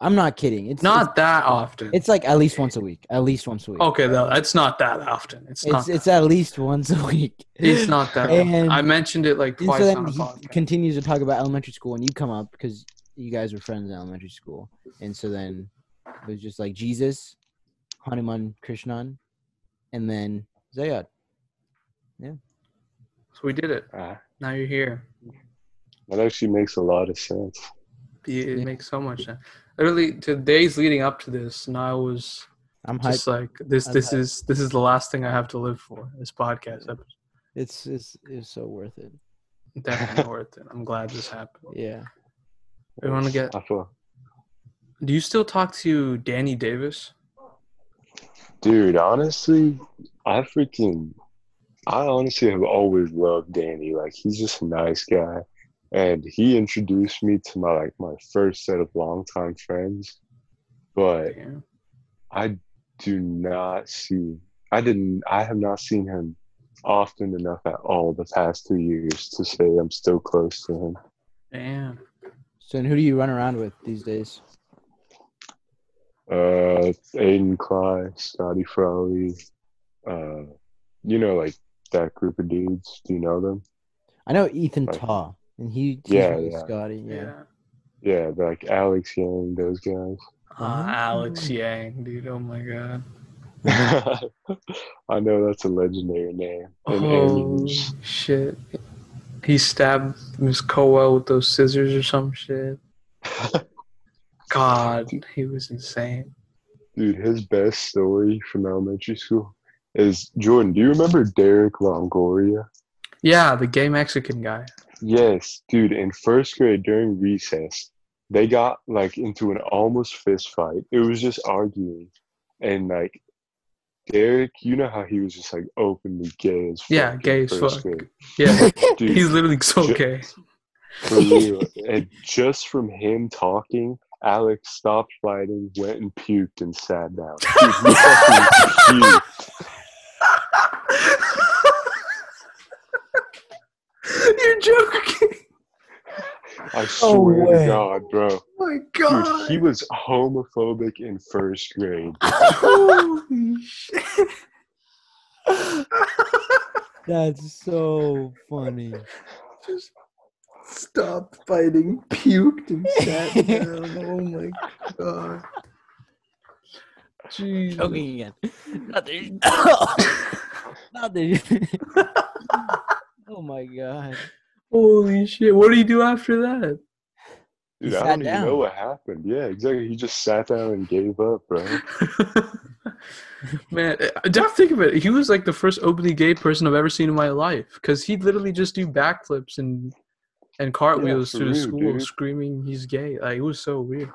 B: I'm not kidding. It's
A: Not that often.
B: It's, it's like at least once a week. At least once a week.
A: okay, though. It's not that often. It's
B: it's
A: not.
B: it's at least once a week.
A: It's not that. often.
B: And-
A: I mentioned it like
B: And
A: twice
B: so then
A: on the
B: he
A: podcast.
B: continues to talk about elementary school, and you come up because you guys were friends in elementary school, and so then it was just like Jesus, Hanuman, Krishnan, and then Zayad.
A: so we did it.
C: Ah,
A: Now you're here.
C: that actually makes a lot of sense.
A: It it
B: Yeah.
A: makes so much sense. Literally, to days leading up to this, and I was
B: I'm hyped.
A: just like, "This,
B: I'm
A: this
B: hyped.
A: is, this is the last thing I have to live for." This podcast, episode.
B: It's it's it's so worth it.
A: definitely worth it. I'm glad this happened.
B: Yeah.
A: We want to get.
C: I feel,
A: Do you still talk to Danny Davis?
C: dude. Honestly, I freaking, I honestly have always loved Danny. Like, he's just a nice guy, and he introduced me to my like my first set of longtime friends. But
A: Yeah.
C: I do not see I didn't. I have not seen him often enough at all the past two years to say I'm still close to him.
A: Damn.
B: So, and who do you run around with these days?
C: Uh, Aiden Cly, Scotty Frawley, uh, you know, like that group of dudes. Do you know them?
B: I know Ethan
C: Right.
B: Taw, and he he's
C: Yeah,
B: with
C: yeah.
B: Scotty. Yeah.
C: Yeah, like Alex Young, those guys.
B: Oh.
A: Ah, Alex Yang, dude. Oh my god.
C: I know that's a legendary name. And
A: Oh
C: Aries.
A: shit. He stabbed Miss Cowell with those scissors or some shit. God, he was insane.
C: Dude, his best story from elementary school is Jordan. Do you remember Derek Longoria?
A: Yeah, the gay Mexican guy.
C: Yes, dude. In first grade during recess, they got like into an almost fist fight. It was just arguing, and like Derek, you know how he was just like openly gay as fuck.
A: Yeah,
C: in
A: gay as
C: first
A: fuck.
C: grade.
A: Yeah,
C: Dude,
A: he's literally so
C: Ju-
A: gay.
C: for real. and just from him talking, Alex stopped fighting, went and puked, and sat down. Dude, he fucking puked.
A: You're joking.
C: I swear
B: way.
C: to God, bro.
A: Oh my
C: Dude,
A: god.
C: he was homophobic in first grade.
A: Holy shit.
B: That's so funny.
A: Just stopped fighting, puked, and sat down. oh my god. Jeez.
B: Choking again. Not that Not that Oh my god.
A: Holy shit. What did he do after that?
B: He
C: Dude, I
B: sat
C: don't even
B: down.
C: know what happened. Yeah, exactly. He just sat down and gave up, bro.
A: Man, uh, don't think of it. He was like the first openly gay person I've ever seen in my life because he'd literally just do backflips and and cartwheels
C: for
A: through the
C: real,
A: school
C: dude.
A: screaming he's gay. Like, it was so weird.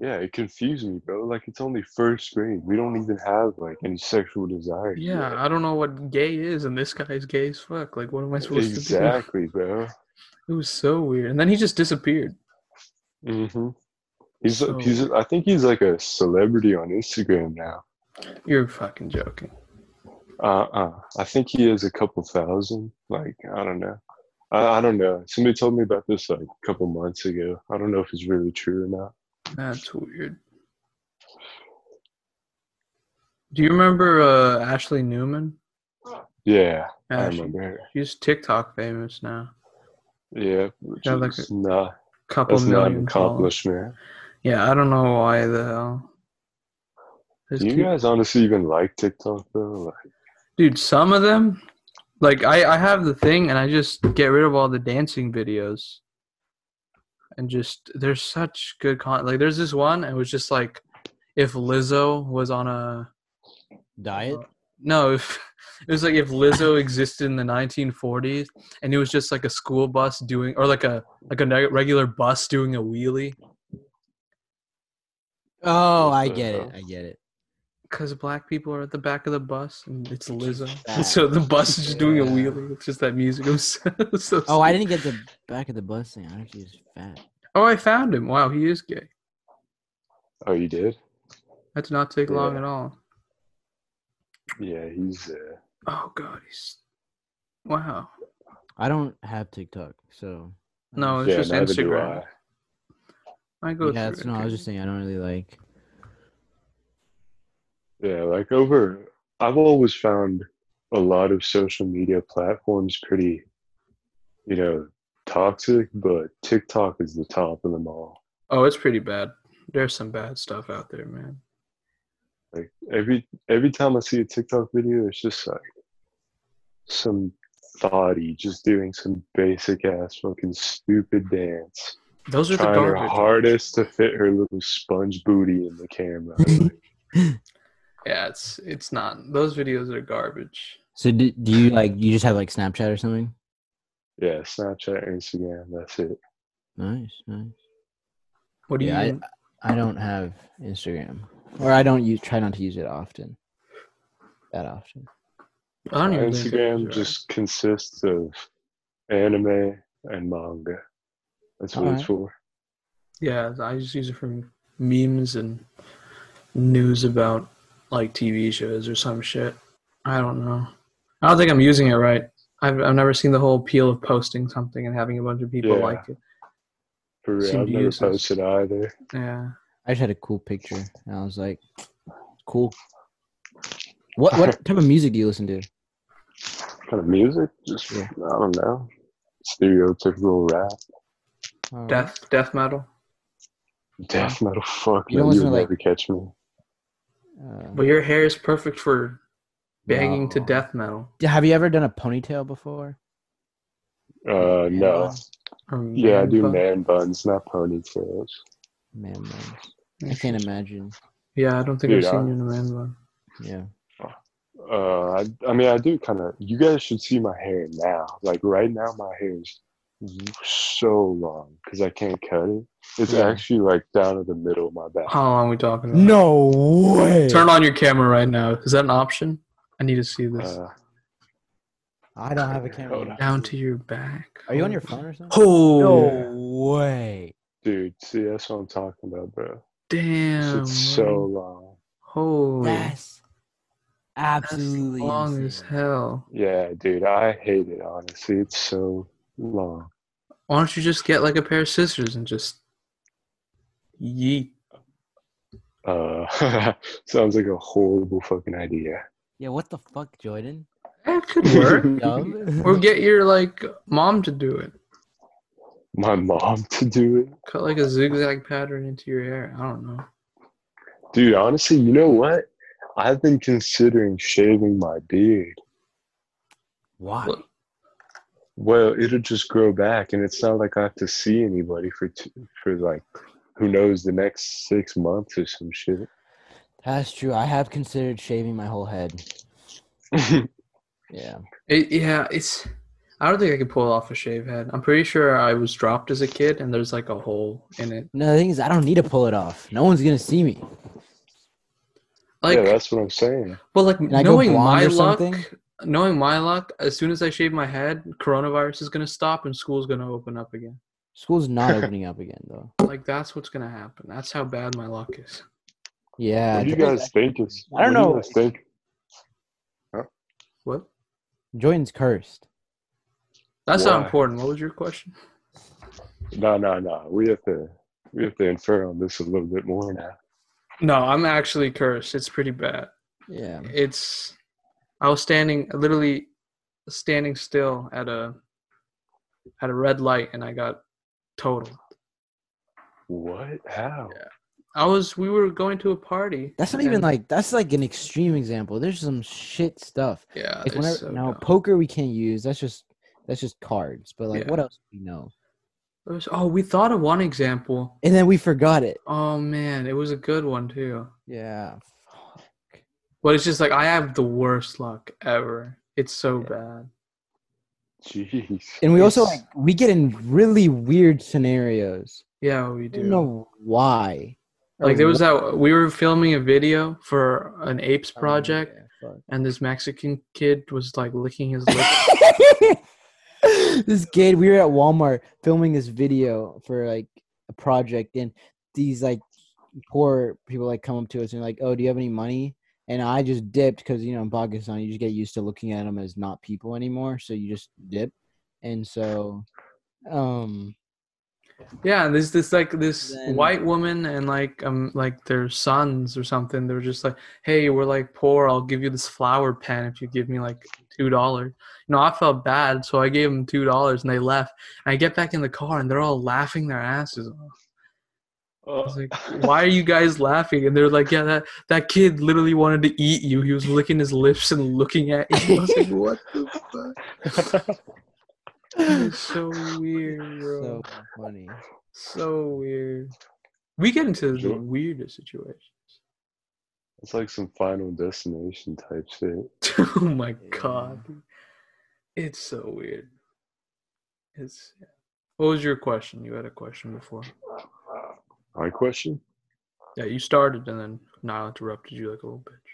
C: Yeah, it confused me, bro. Like it's only first grade. We don't even have like any sexual desire.
A: Yeah,
C: yet.
A: I don't know what gay is, and this guy is gay as fuck. Like, what am I supposed to
C: Exactly, bro.
A: do? It was so weird. And then he just disappeared.
C: hmm He's
A: So-
C: he's I think he's like a celebrity on Instagram now.
A: You're fucking joking.
C: Uh uh I think he has a couple thousand. Like I don't know. I, I don't know. Somebody told me about this like a couple months ago. I don't know if it's really true or not.
A: That's weird. Do you remember uh, Ashley Newman?
C: Yeah, I
A: Yeah, she-
C: remember. her.
A: she's TikTok famous now.
C: Yeah, which
A: Yeah, like
C: is not
A: Couple
C: that's not an
A: million. followers.
C: accomplishment.
A: Yeah, I don't know why though. There's
C: Do you
A: peop-
C: guys honestly even like TikTok though? Like,
A: Dude, some of them, like I, I have the thing, and I just get rid of all the dancing videos, and just there's such good content. Like there's this one, and it was just like, if Lizzo was on a
B: Diet?
A: no, if it was like if Lizzo existed in the 1940s, and it was just like a school bus doing, or like a like a neg- regular bus doing a wheelie,
B: Oh, I
C: Uh,
B: get it. I get it.
A: because black people are at the back of the bus, and it's Lizzo,
B: Bad.
A: so the bus is just doing a
B: Yeah.
A: wheelie. It's just that music. It was so, it was so
B: Oh, I
A: stupid.
B: didn't get the back of the bus thing. I don't know if he was fat.
A: Oh, I found him. Wow, he is gay.
C: oh, you did?
A: That did not take long
C: Yeah.
A: at all.
C: Yeah, he's. Uh,
A: Oh god, he's wow.
B: I don't have TikTok, so
A: No, it's
C: yeah,
A: just
C: neither do
A: Instagram.
C: I.
A: I go
B: yeah, that's
A: through.
B: no.
A: it,
B: I was
A: dude.
B: just saying I don't really like.
C: Yeah, like over. I've always found a lot of social media platforms pretty, you know, toxic, but TikTok is the top of them all.
A: Oh, it's pretty bad. There's some bad stuff out there, man.
C: Like every every time I see a TikTok video, it's just like some thotty just doing some basic ass fucking stupid dance.
A: Those are the
C: trying her
A: garbage.
C: hardest to fit her little sponge booty in the camera.
A: Yeah, it's it's not. Those videos are garbage.
B: So do, do you like you just have like Snapchat or something?
C: yeah, Snapchat, Instagram, that's it.
B: Nice, nice.
A: What do
B: Yeah,
A: you?
B: I don't have Instagram, or I don't use. Try not to use it often. That often.
A: I, don't
C: My
A: even. think
C: Instagram
A: it's right.
C: just consists of anime and manga. That's what it's for.
A: Yeah, I just use it for memes and news about like TV shows or some shit. I don't know. I don't think I'm using it right. I've I've never seen the whole appeal of posting something and having a bunch of people
C: Yeah.
A: like it.
C: For real,
A: Seem
C: I've
A: to
C: never
A: use this.
C: posted either.
A: Yeah.
B: I just had a cool picture, and I was like, "Cool." What what type of music do you listen to?
C: What kind of music? Just
B: Yeah.
C: I don't know. Stereotypical rap,
B: Uh,
A: Death death metal.
C: death metal. Fuck,
B: You
C: man,
B: don't
C: you
B: listen
C: would
B: to,
C: never catch me.
B: uh,
A: But your hair is perfect for banging to
B: no.
A: death metal.
B: Have you ever done a ponytail before?
C: Uh,
B: Man
C: no.
B: buns?
A: Or
C: Yeah, I do
A: man. bun.
C: man buns, not ponytails.
B: Man, buns. I can't imagine.
A: Yeah, I don't think
C: Dude,
A: I've
C: I-
A: seen you in a man bun.
B: Yeah.
C: Uh, I, I mean, I do kind of. You guys should see my hair now. Like right now, my hair is
B: Mm-hmm.
C: so long because I can't cut it. It's
B: Yeah.
C: actually like down to the middle of my back.
A: How long are we talking about?
B: No way.
A: Turn on your camera right now. Is that an option? I need to see this.
C: Uh,
B: I don't have a camera.
A: Down to your back.
B: Are you on your phone or something?
A: Oh
B: No way.
C: dude, see, that's what I'm talking about, bro.
A: damn!
C: it's
A: bro.
C: so long.
A: holy.
B: That's
A: That's
B: absolutely
A: long
B: insane.
A: as hell.
C: Yeah, dude, I hate it. Honestly, it's so long.
A: Why don't you just get like a pair of scissors and just yeet?
C: Uh, sounds like a horrible fucking idea.
B: Yeah, what the fuck, Jordan?
A: That could work. or
B: Yo.
A: get your like mom to do it.
C: my mom to do it.
A: Cut like a zigzag pattern into your hair. I don't know.
C: Dude, honestly, you know what? I've been considering shaving my beard.
B: Why?
A: Look.
C: Well, it'll just grow back, and it's not like I have to see anybody for t- for like who knows the next six months or some shit.
B: That's true. I have considered shaving my whole head. Yeah.
A: It, yeah, it's. I don't think I could pull off a shave head. I'm pretty sure I was dropped as a kid, and there's like a hole in it.
B: No, the thing is, I don't need to pull it off. No one's gonna see me.
A: Like,
C: yeah, that's what I'm saying.
A: but like
B: I go
A: knowing
B: blonde
A: my
B: or
A: luck,
B: something?
A: knowing my luck, as soon as I shave my head, coronavirus is gonna stop and school's gonna open up again.
B: School's not opening up again, though.
A: Like that's what's gonna happen. That's how bad my luck is.
B: Yeah.
A: uh,
C: what do you
B: Joy-
C: guys think? Is,
B: I don't
C: what do you
B: know.
C: guys think?
A: What?
B: Jordan's cursed.
A: That's not
C: Why?
A: important. What was your question?
C: No, no, no. We have to we have to infer on this a little bit more now.
A: No, I'm actually cursed. It's pretty bad.
B: Yeah.
A: It's I was standing literally standing still at a at a red light and I got totaled.
C: What? How?
A: I was we were going to a party.
B: That's not even
A: and-
B: like that's like an extreme example. There's some shit stuff.
A: yeah.
B: Like
A: it's
B: whenever,
A: so
B: now
A: dumb.
B: poker we can't use. That's just that's just cards. But like
A: Yeah.
B: what else do we know?
A: It was- oh, we thought of one example.
B: And then we forgot it.
A: Oh man, it was a good one too.
B: Yeah.
A: But it's just like I have the worst luck ever. It's so
B: Yeah.
A: bad.
C: Jeez.
B: And we also
C: It's-
B: like we get in really weird scenarios.
A: Yeah, we
B: I
A: do.
B: don't know why.
A: Like there was
B: that
A: that we were filming a video for an apes project and this Mexican kid was like licking his lips.
B: this kid, we were at Walmart filming this video for like a project, and these like poor people like come up to us and like, "Oh, do you have any money?" And I just dipped because you know in Pakistan you just get used to looking at them as not people anymore, so you just dip. And so, um,
A: yeah, and there's this like this
B: Then-
A: white woman and like um like their sons or something. They were just like, Hey, we're like poor, I'll give you this flower pen if you give me like two dollars. You know, I felt bad, so I gave them two dollars and they left. And I get back in the car and they're all laughing their asses off. I was like,
C: Uh,
A: why are you guys laughing? And they're like, yeah, that, that kid literally wanted to eat you. He was licking his lips and looking at you. I was like, what the fuck? This is so weird,
B: so
A: bro.
B: funny.
A: So, weird. We get into the
C: Sure.
A: weirdest situations.
C: It's like some final destination type shit.
A: oh my
B: Yeah.
A: god. dude. It's so weird. It's. What was your question? You had a question before.
C: My question?
A: Yeah, you started and then Niall interrupted you like a little bitch.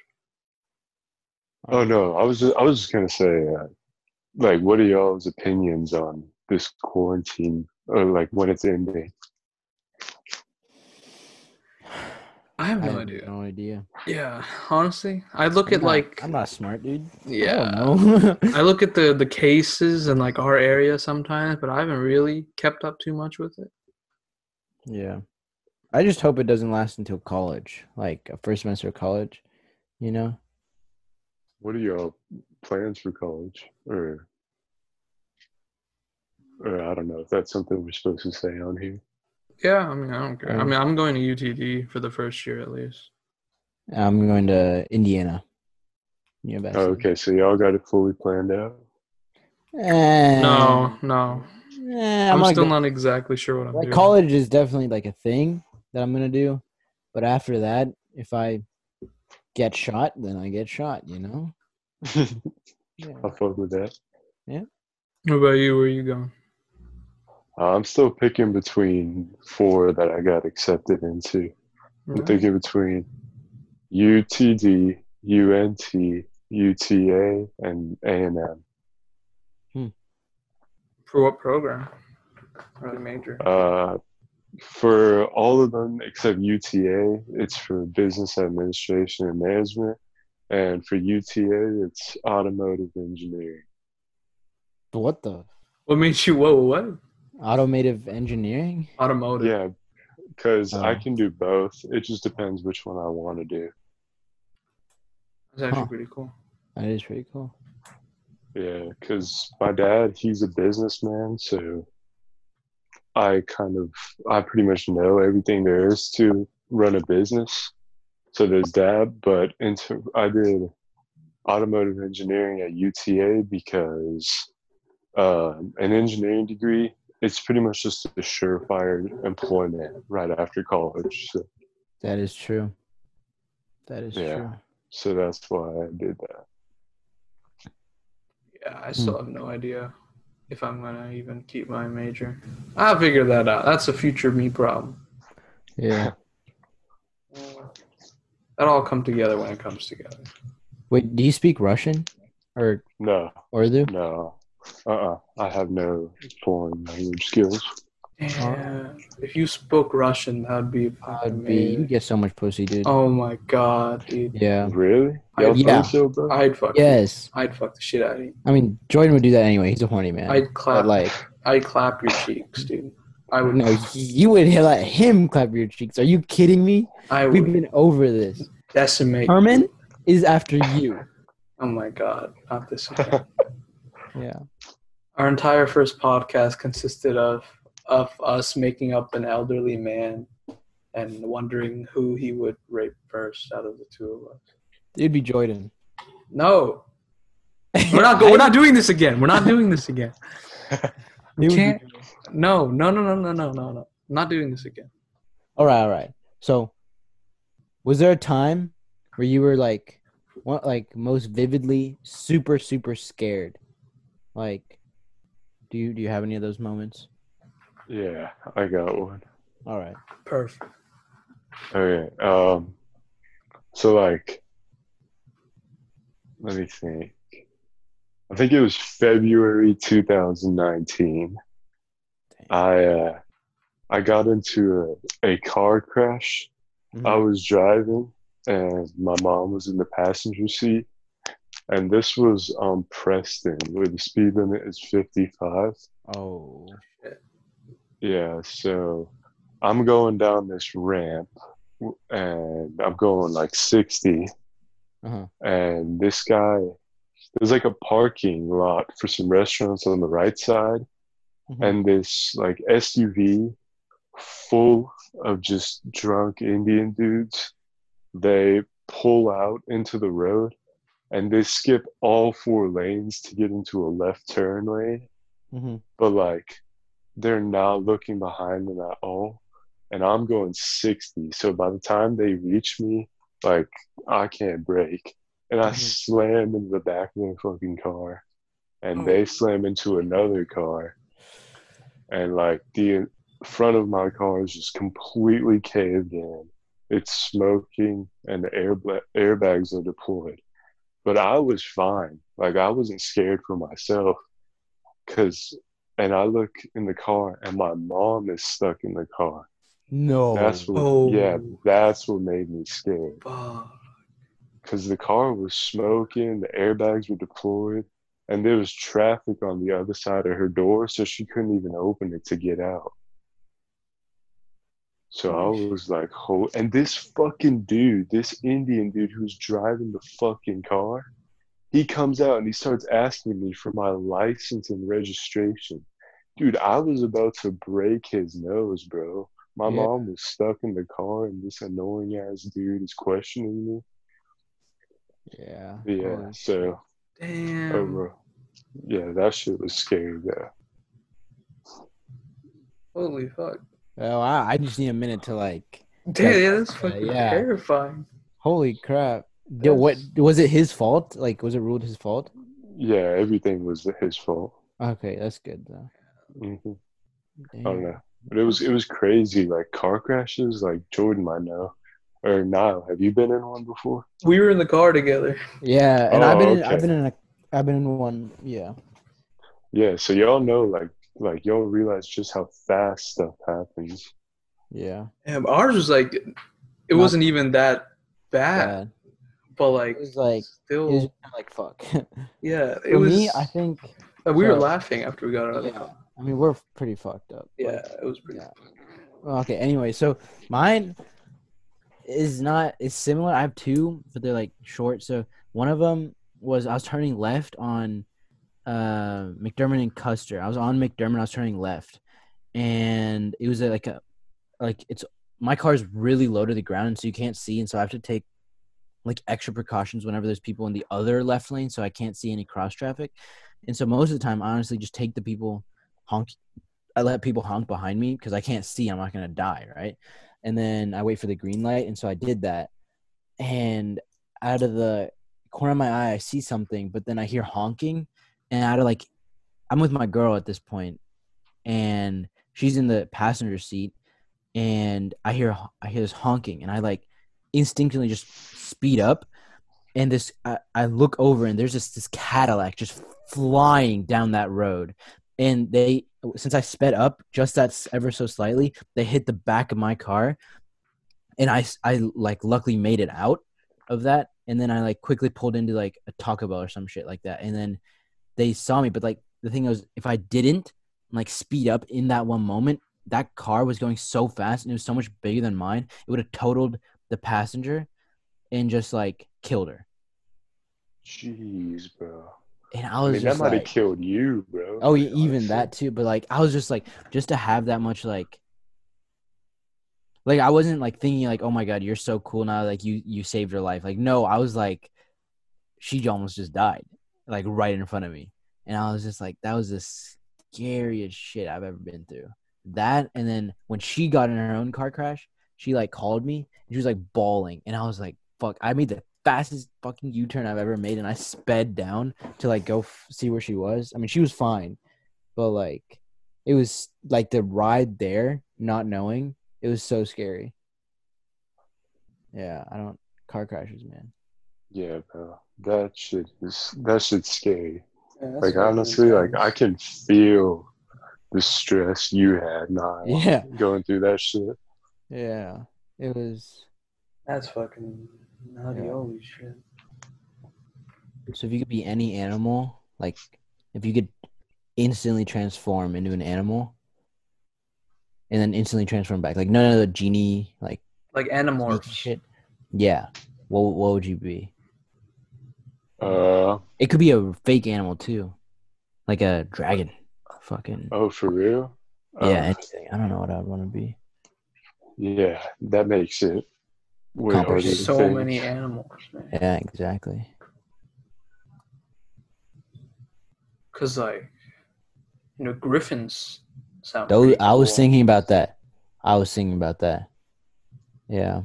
C: Oh no, I was just, I was just gonna say, uh, like, what are y'all's opinions on this quarantine, or like when it's ending?
A: I have
B: I
A: no
B: have
A: idea.
B: no idea.
A: Yeah, honestly, I look
B: I'm
A: at
B: not-
A: like
B: I'm not smart, dude.
A: yeah,
B: I don't know.
A: I look at the the cases and like our area sometimes, but I haven't really kept up too much with it.
B: yeah. I just hope it doesn't last until college, like a first semester of college. You know,
C: What are your plans for college? Or, or I don't know if that's something we're supposed to say on here.
A: Yeah, I mean, I don't care. I
B: Um,
A: mean, I'm going to UTD for the first year at least.
B: I'm going to Indiana. University.
C: Oh, okay, so y'all got it fully planned out.
B: Eh,
A: No, no,
B: eh,
A: I'm,
B: I'm,
A: still
B: not
A: not exactly sure what I'm
B: Like
A: doing.
B: college is definitely like a thing that I'm gonna do, but after that, if I get shot, then I get shot. You know.
C: I
B: Yeah.
C: fuck with that.
A: What about you? Where are you going?
C: Uh, I'm still picking between four that I got accepted into. I'm
A: Alright.
C: thinking between UTD, UNT, UTA, and A&M.
A: For what program? Or the major?
C: Uh, for all of them except UTA, it's for business administration and management. And for UTA, it's automotive engineering.
B: What the
A: What made you? Whoa, what?
B: automotive engineering?
A: Automotive.
C: Yeah, because I
B: Oh.
C: can do both. It just depends which one I want to do.
A: That's actually
B: Huh.
A: pretty cool.
B: That is pretty cool.
C: Yeah, because my dad, he's a businessman, so I kind of, I pretty much know everything there is to run a business. So there's that, but into, I did automotive engineering at UTA because um an engineering degree, it's pretty much just a surefire employment right after college. So,
B: That is true. That is
C: Yeah.
B: true.
C: so that's why I did that.
A: Yeah,
B: Hmm.
A: I still have no idea if I'm gonna even keep my major. I'll figure that out. That's a future me problem.
B: Yeah.
A: That all come together when it comes together.
B: Wait, do you speak Russian or
C: No,
B: Urdu?
C: no, uh-uh, I have no foreign language skills.
A: Yeah. If you spoke Russian, that'd be
B: I'd be. You get so much pussy, dude.
A: Oh my god, dude.
B: Yeah.
C: Really?
A: I-
C: Y'all
B: yeah.
C: think so, bro?
A: I'd fuck.
B: Yes.
A: I'd fuck the shit out of you.
B: I mean, Jordan would do that anyway. He's a horny man.
A: I'd clap.
B: But like,
A: I'd clap your cheeks, dude. I would.
B: no, you would hit- let him clap your cheeks. Are you kidding me?
A: I
B: We've
A: would
B: been over this.
A: decimate.
B: Herman is after you.
A: Oh my god, not this. Again.
B: Yeah.
A: Our entire first podcast consisted of of us making up an elderly man and wondering who he would rape first out of the two of us.
B: It'd be Jordan.
A: No, we're not. Go- we're not doing this again. We're not doing this again.
B: It would be-
A: Can't- No, no, no, no, no, no, no, no. Not doing this again.
B: All right, all right. So, was there a time where you were like, what, like most vividly, super, super scared? Like, do you do you have any of those moments?
C: yeah, I got one.
B: All right.
A: Perfect.
C: Okay. Um, so like, let me think. I think it was February 2019. I uh, I got into a, a car crash. I was driving, and my mom was in the passenger seat. And this was um Preston, where the speed limit is 55.
B: Oh.
C: Yeah, so I'm going down this ramp w- and I'm going like 60.
B: Uh-huh.
C: And this guy, there's like a parking lot for some restaurants on the right side.
B: Mhm.
C: And this like SUV full of just drunk Indian dudes, they pull out into the road and they skip all four lanes to get into a left turn lane
B: Mhm.
C: but like they're not looking behind them at all. And I'm going 60. So by the time they reach me, like I can't brake. And I
B: Mhm.
C: slam into the back of their fucking car. And
A: Oh.
C: they slam into another car. And like the front of my car is just completely caved in. It's smoking and the air bla- airbags are deployed. But I was fine. Like I wasn't scared for myself because and I look in the car and my mom is stuck in the car.
B: No.
C: That's what,
A: Oh.
C: yeah, that's what made me scared.
A: Fuck.
C: Because the car was smoking, the airbags were deployed, and there was traffic on the other side of her door, so she couldn't even open it to get out. So I was like, "Ho!" And this fucking dude, this Indian dude who's driving the fucking car, he comes out and he starts asking me for my license and registration. Dude, I was about to break his nose, bro. My
B: Yeah.
C: mom was stuck in the car, and this annoying ass dude is questioning
B: Yeah.
C: me. Yeah,
B: Holy
C: so
A: Damn.
B: Um,
C: over. Yeah, that shit was scary. Yeah,
A: Holy fuck.
B: Oh, wow. I just need a minute to like.
A: Damn, yeah, that's fucking
B: yeah.
A: terrifying.
B: Holy crap! Yo, what was it? His fault? Like, was it ruled his fault?
C: yeah, everything was his fault.
B: Okay, that's good though.
C: hmm
B: Damn.
C: I don't know. But it was it was crazy. Like car crashes, like Jordan might know. Or Nile, have you been in one before?
A: We were in the car together.
B: Yeah, and
C: Oh,
B: I've been in,
C: okay.
B: I've been in a I've been in one. Yeah.
C: Yeah, so y'all know like like y'all realize just how fast stuff happens.
B: Yeah.
A: Damn, ours was like, it
B: Not-
A: wasn't even that bad,
B: Bad.
A: but
B: It
A: like,
B: was like it
A: still,
B: was just like fuck.
A: yeah, it
B: For
A: was.
B: me, I think.
A: uh, we were
B: so-
A: laughing after we got out of the
B: Yeah.
A: car.
B: I mean, we're pretty fucked up.
A: Yeah,
B: Like,
A: it was pretty.
B: yeah. Okay. Anyway, so mine is not. It's similar. I have two, but they're like short. So one of them was I was turning left on uh, McDermott and Custer. I was on McDermott. I was turning left, and it was uh, like a like it's my car's really low to the ground, and so you can't see, and so I have to take like extra precautions whenever there's people in the other left lane, so I can't see any cross traffic, and so most of the time, I honestly just take the people honk I let people honk behind me because I can't see. I'm not gonna die, right? And then I wait for the green light, and so I did that. And out of the corner of my eye, I see something, but then I hear honking, and out of like, I'm with my girl at this point, and she's in the passenger seat, and I hear I hear this honking, and I like instinctively just speed up, and this I, I look over, and there's just this Cadillac just flying down that road and they since I sped up just that s- ever so slightly, they hit the back of my car, and I s- I like luckily made it out of that, and then I like quickly pulled into like a Taco Bell or some shit like that, and then they saw me, but like the thing was if I didn't like speed up in that one moment, that car was going so fast and it was so much bigger than mine, it would have totaled the passenger and just like killed her,
C: Jeez, bro.
B: and I
C: I
B: was
C: mean that
B: just
C: might have
B: like-
C: killed you, bro.
B: Oh,
C: Like,
B: yeah, even
C: honestly.
B: that too. But like, I was just like, just to have that much like, like I wasn't like thinking like, oh my god, you're so cool now. Like you you saved her life. Like no, I was like, she almost just died, like right in front of me, and I was just like, that was the scariest shit I've ever been through. That and then when she got in her own car crash, she like called me and she was like bawling, and I was like, fuck, I made the fastest fucking U-turn I've ever made, and I sped down to like go f- see where she was. I mean, she was fine, but like it was like the ride there, not knowing it was so scary. Yeah, I don't car crashes, man.
C: Yeah, bro. That shit is that shit's scary.
A: Yeah, that's
C: like
A: what I was
C: honestly,
A: gonna
C: like I can feel the stress you had, Nile,
B: Yeah,
C: going through that shit.
B: yeah, it was.
A: say. That's fucking nutty.
B: Yeah.
A: Holy shit.
B: So if you could be any animal, like if you could instantly transform into an animal, and then instantly transform back, like none of the genie, like
A: Like animorphs.
B: shit. Yeah, what what would you be?
C: Uh
B: It could be a fake animal too, like a dragon. Fucking
C: oh, for real?
A: Oh,
B: yeah,
C: Um,
B: anything. I don't know what I'd want to be.
C: Yeah, that makes it way harder.
B: Complicated.
A: There's
C: to
A: so
C: think.
A: many animals, man.
B: Yeah, exactly.
A: Cause like, you know, griffins sound.
B: Those,
A: pretty
B: I was
A: cool.
B: thinking about that. I was thinking about that. Yeah.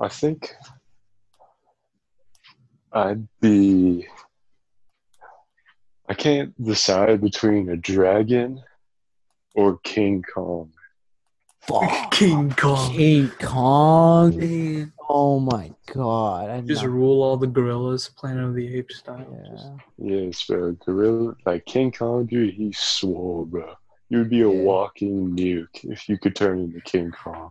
C: I think I'd be. I can't decide between a dragon or King Kong.
B: Fuck.
A: King Kong.
B: King Kong.
A: Yeah.
B: Oh my god. I
A: Just
B: know.
A: rule all the gorillas, Planet of the Apes style. Just-
B: Yeah.
C: Yes, bro. Gorilla, like King Kong, dude, he's swole, bro. You would be a
B: Yeah.
C: walking nuke if you could turn into King Kong.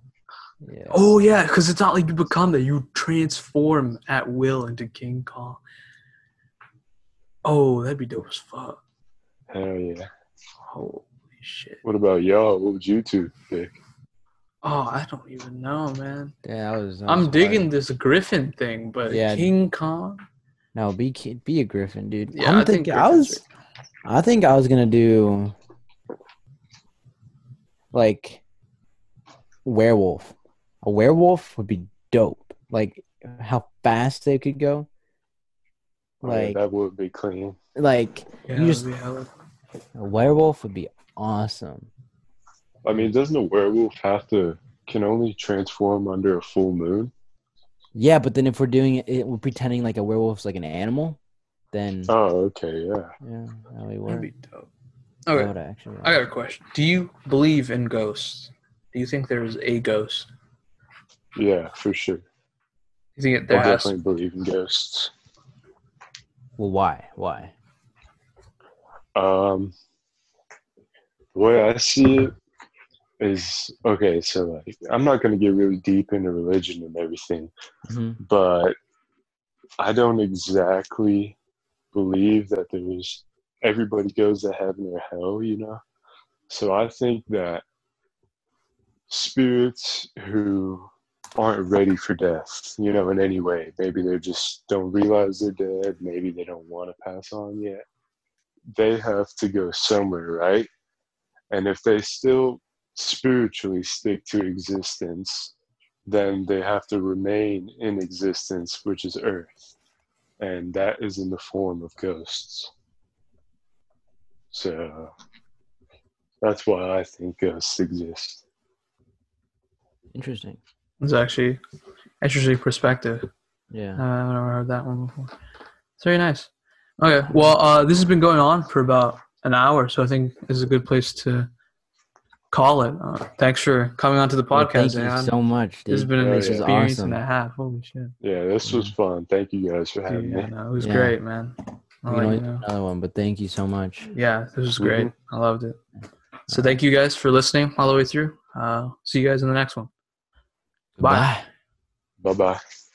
B: Yeah.
A: Oh yeah, because it's not like you become that; you transform at will into King Kong. Oh, that'd be dope as fuck.
C: Hell yeah.
A: Holy shit!
C: What about y'all? What would you two pick?
A: Oh, I don't even know, man.
B: Yeah, I was. I was
A: I'm digging
B: wild.
A: this Griffin thing, but
B: Yeah.
A: King Kong.
B: No, be ki- be a Griffin, dude.
A: Yeah,
B: I'm
A: I think
B: thinking. I
A: Griffins
B: was. I think I was gonna do like werewolf. A werewolf would be dope. Like how fast they could go.
C: Oh, yeah,
B: Like
C: that would be clean.
B: like
A: Yeah,
B: you just-
A: that'd be hella-
B: a werewolf would be awesome.
C: I mean, doesn't a werewolf have to can only transform under a full moon?
B: Yeah, but then if we're doing it, it we're pretending like a werewolf's like an animal, then
A: Uh,
C: Oh, okay, yeah.
B: yeah, that would
A: that'd
B: work.
A: be dope.
B: That
A: Okay,
B: would actually work.
A: I got a question. Do you believe in ghosts? Do you think there's a ghost?
C: Yeah, for sure.
A: You think it there
C: I
A: has?
C: definitely believe in ghosts.
B: Well, why? Why?
C: Um, the way I see it is okay. So, like, I'm not going to get really deep into religion and everything,
B: hmm
C: but I don't exactly believe that there's everybody goes to heaven or hell, you know? So I think that spirits who aren't ready for death, you know, in any way, maybe they just don't realize they're dead, maybe they don't want to pass on yet, they have to go somewhere, right? And if they still spiritually stick to existence, then they have to remain in existence, which is Earth. And that is in the form of ghosts. So that's why I think ghosts exist.
B: Interesting.
A: It's actually interesting perspective.
B: Yeah.
A: Uh, I've never heard that one before. It's very nice. Okay, well, uh, this has been going on for about an hour, so I think this is a good place to call it. Uh, thanks for coming onto the
B: Well,
A: podcast,
B: thank
A: man.
B: you so much,
A: this has
B: dude.
A: been an
C: Oh, yeah.
A: experience
B: Awesome.
A: and a half. Holy shit!
C: Yeah, this was fun. Thank you guys for having
A: Dude, yeah,
C: me.
A: no, it was
B: Yeah.
A: great, man. I
B: we
A: like,
B: don't
A: you
B: need
A: know.
B: another one, but thank you so much.
A: Yeah, this was great. I loved it. So thank you guys for listening all the way through. Uh, see you guys in the next one. Bye.
B: Bye.
C: Bye bye.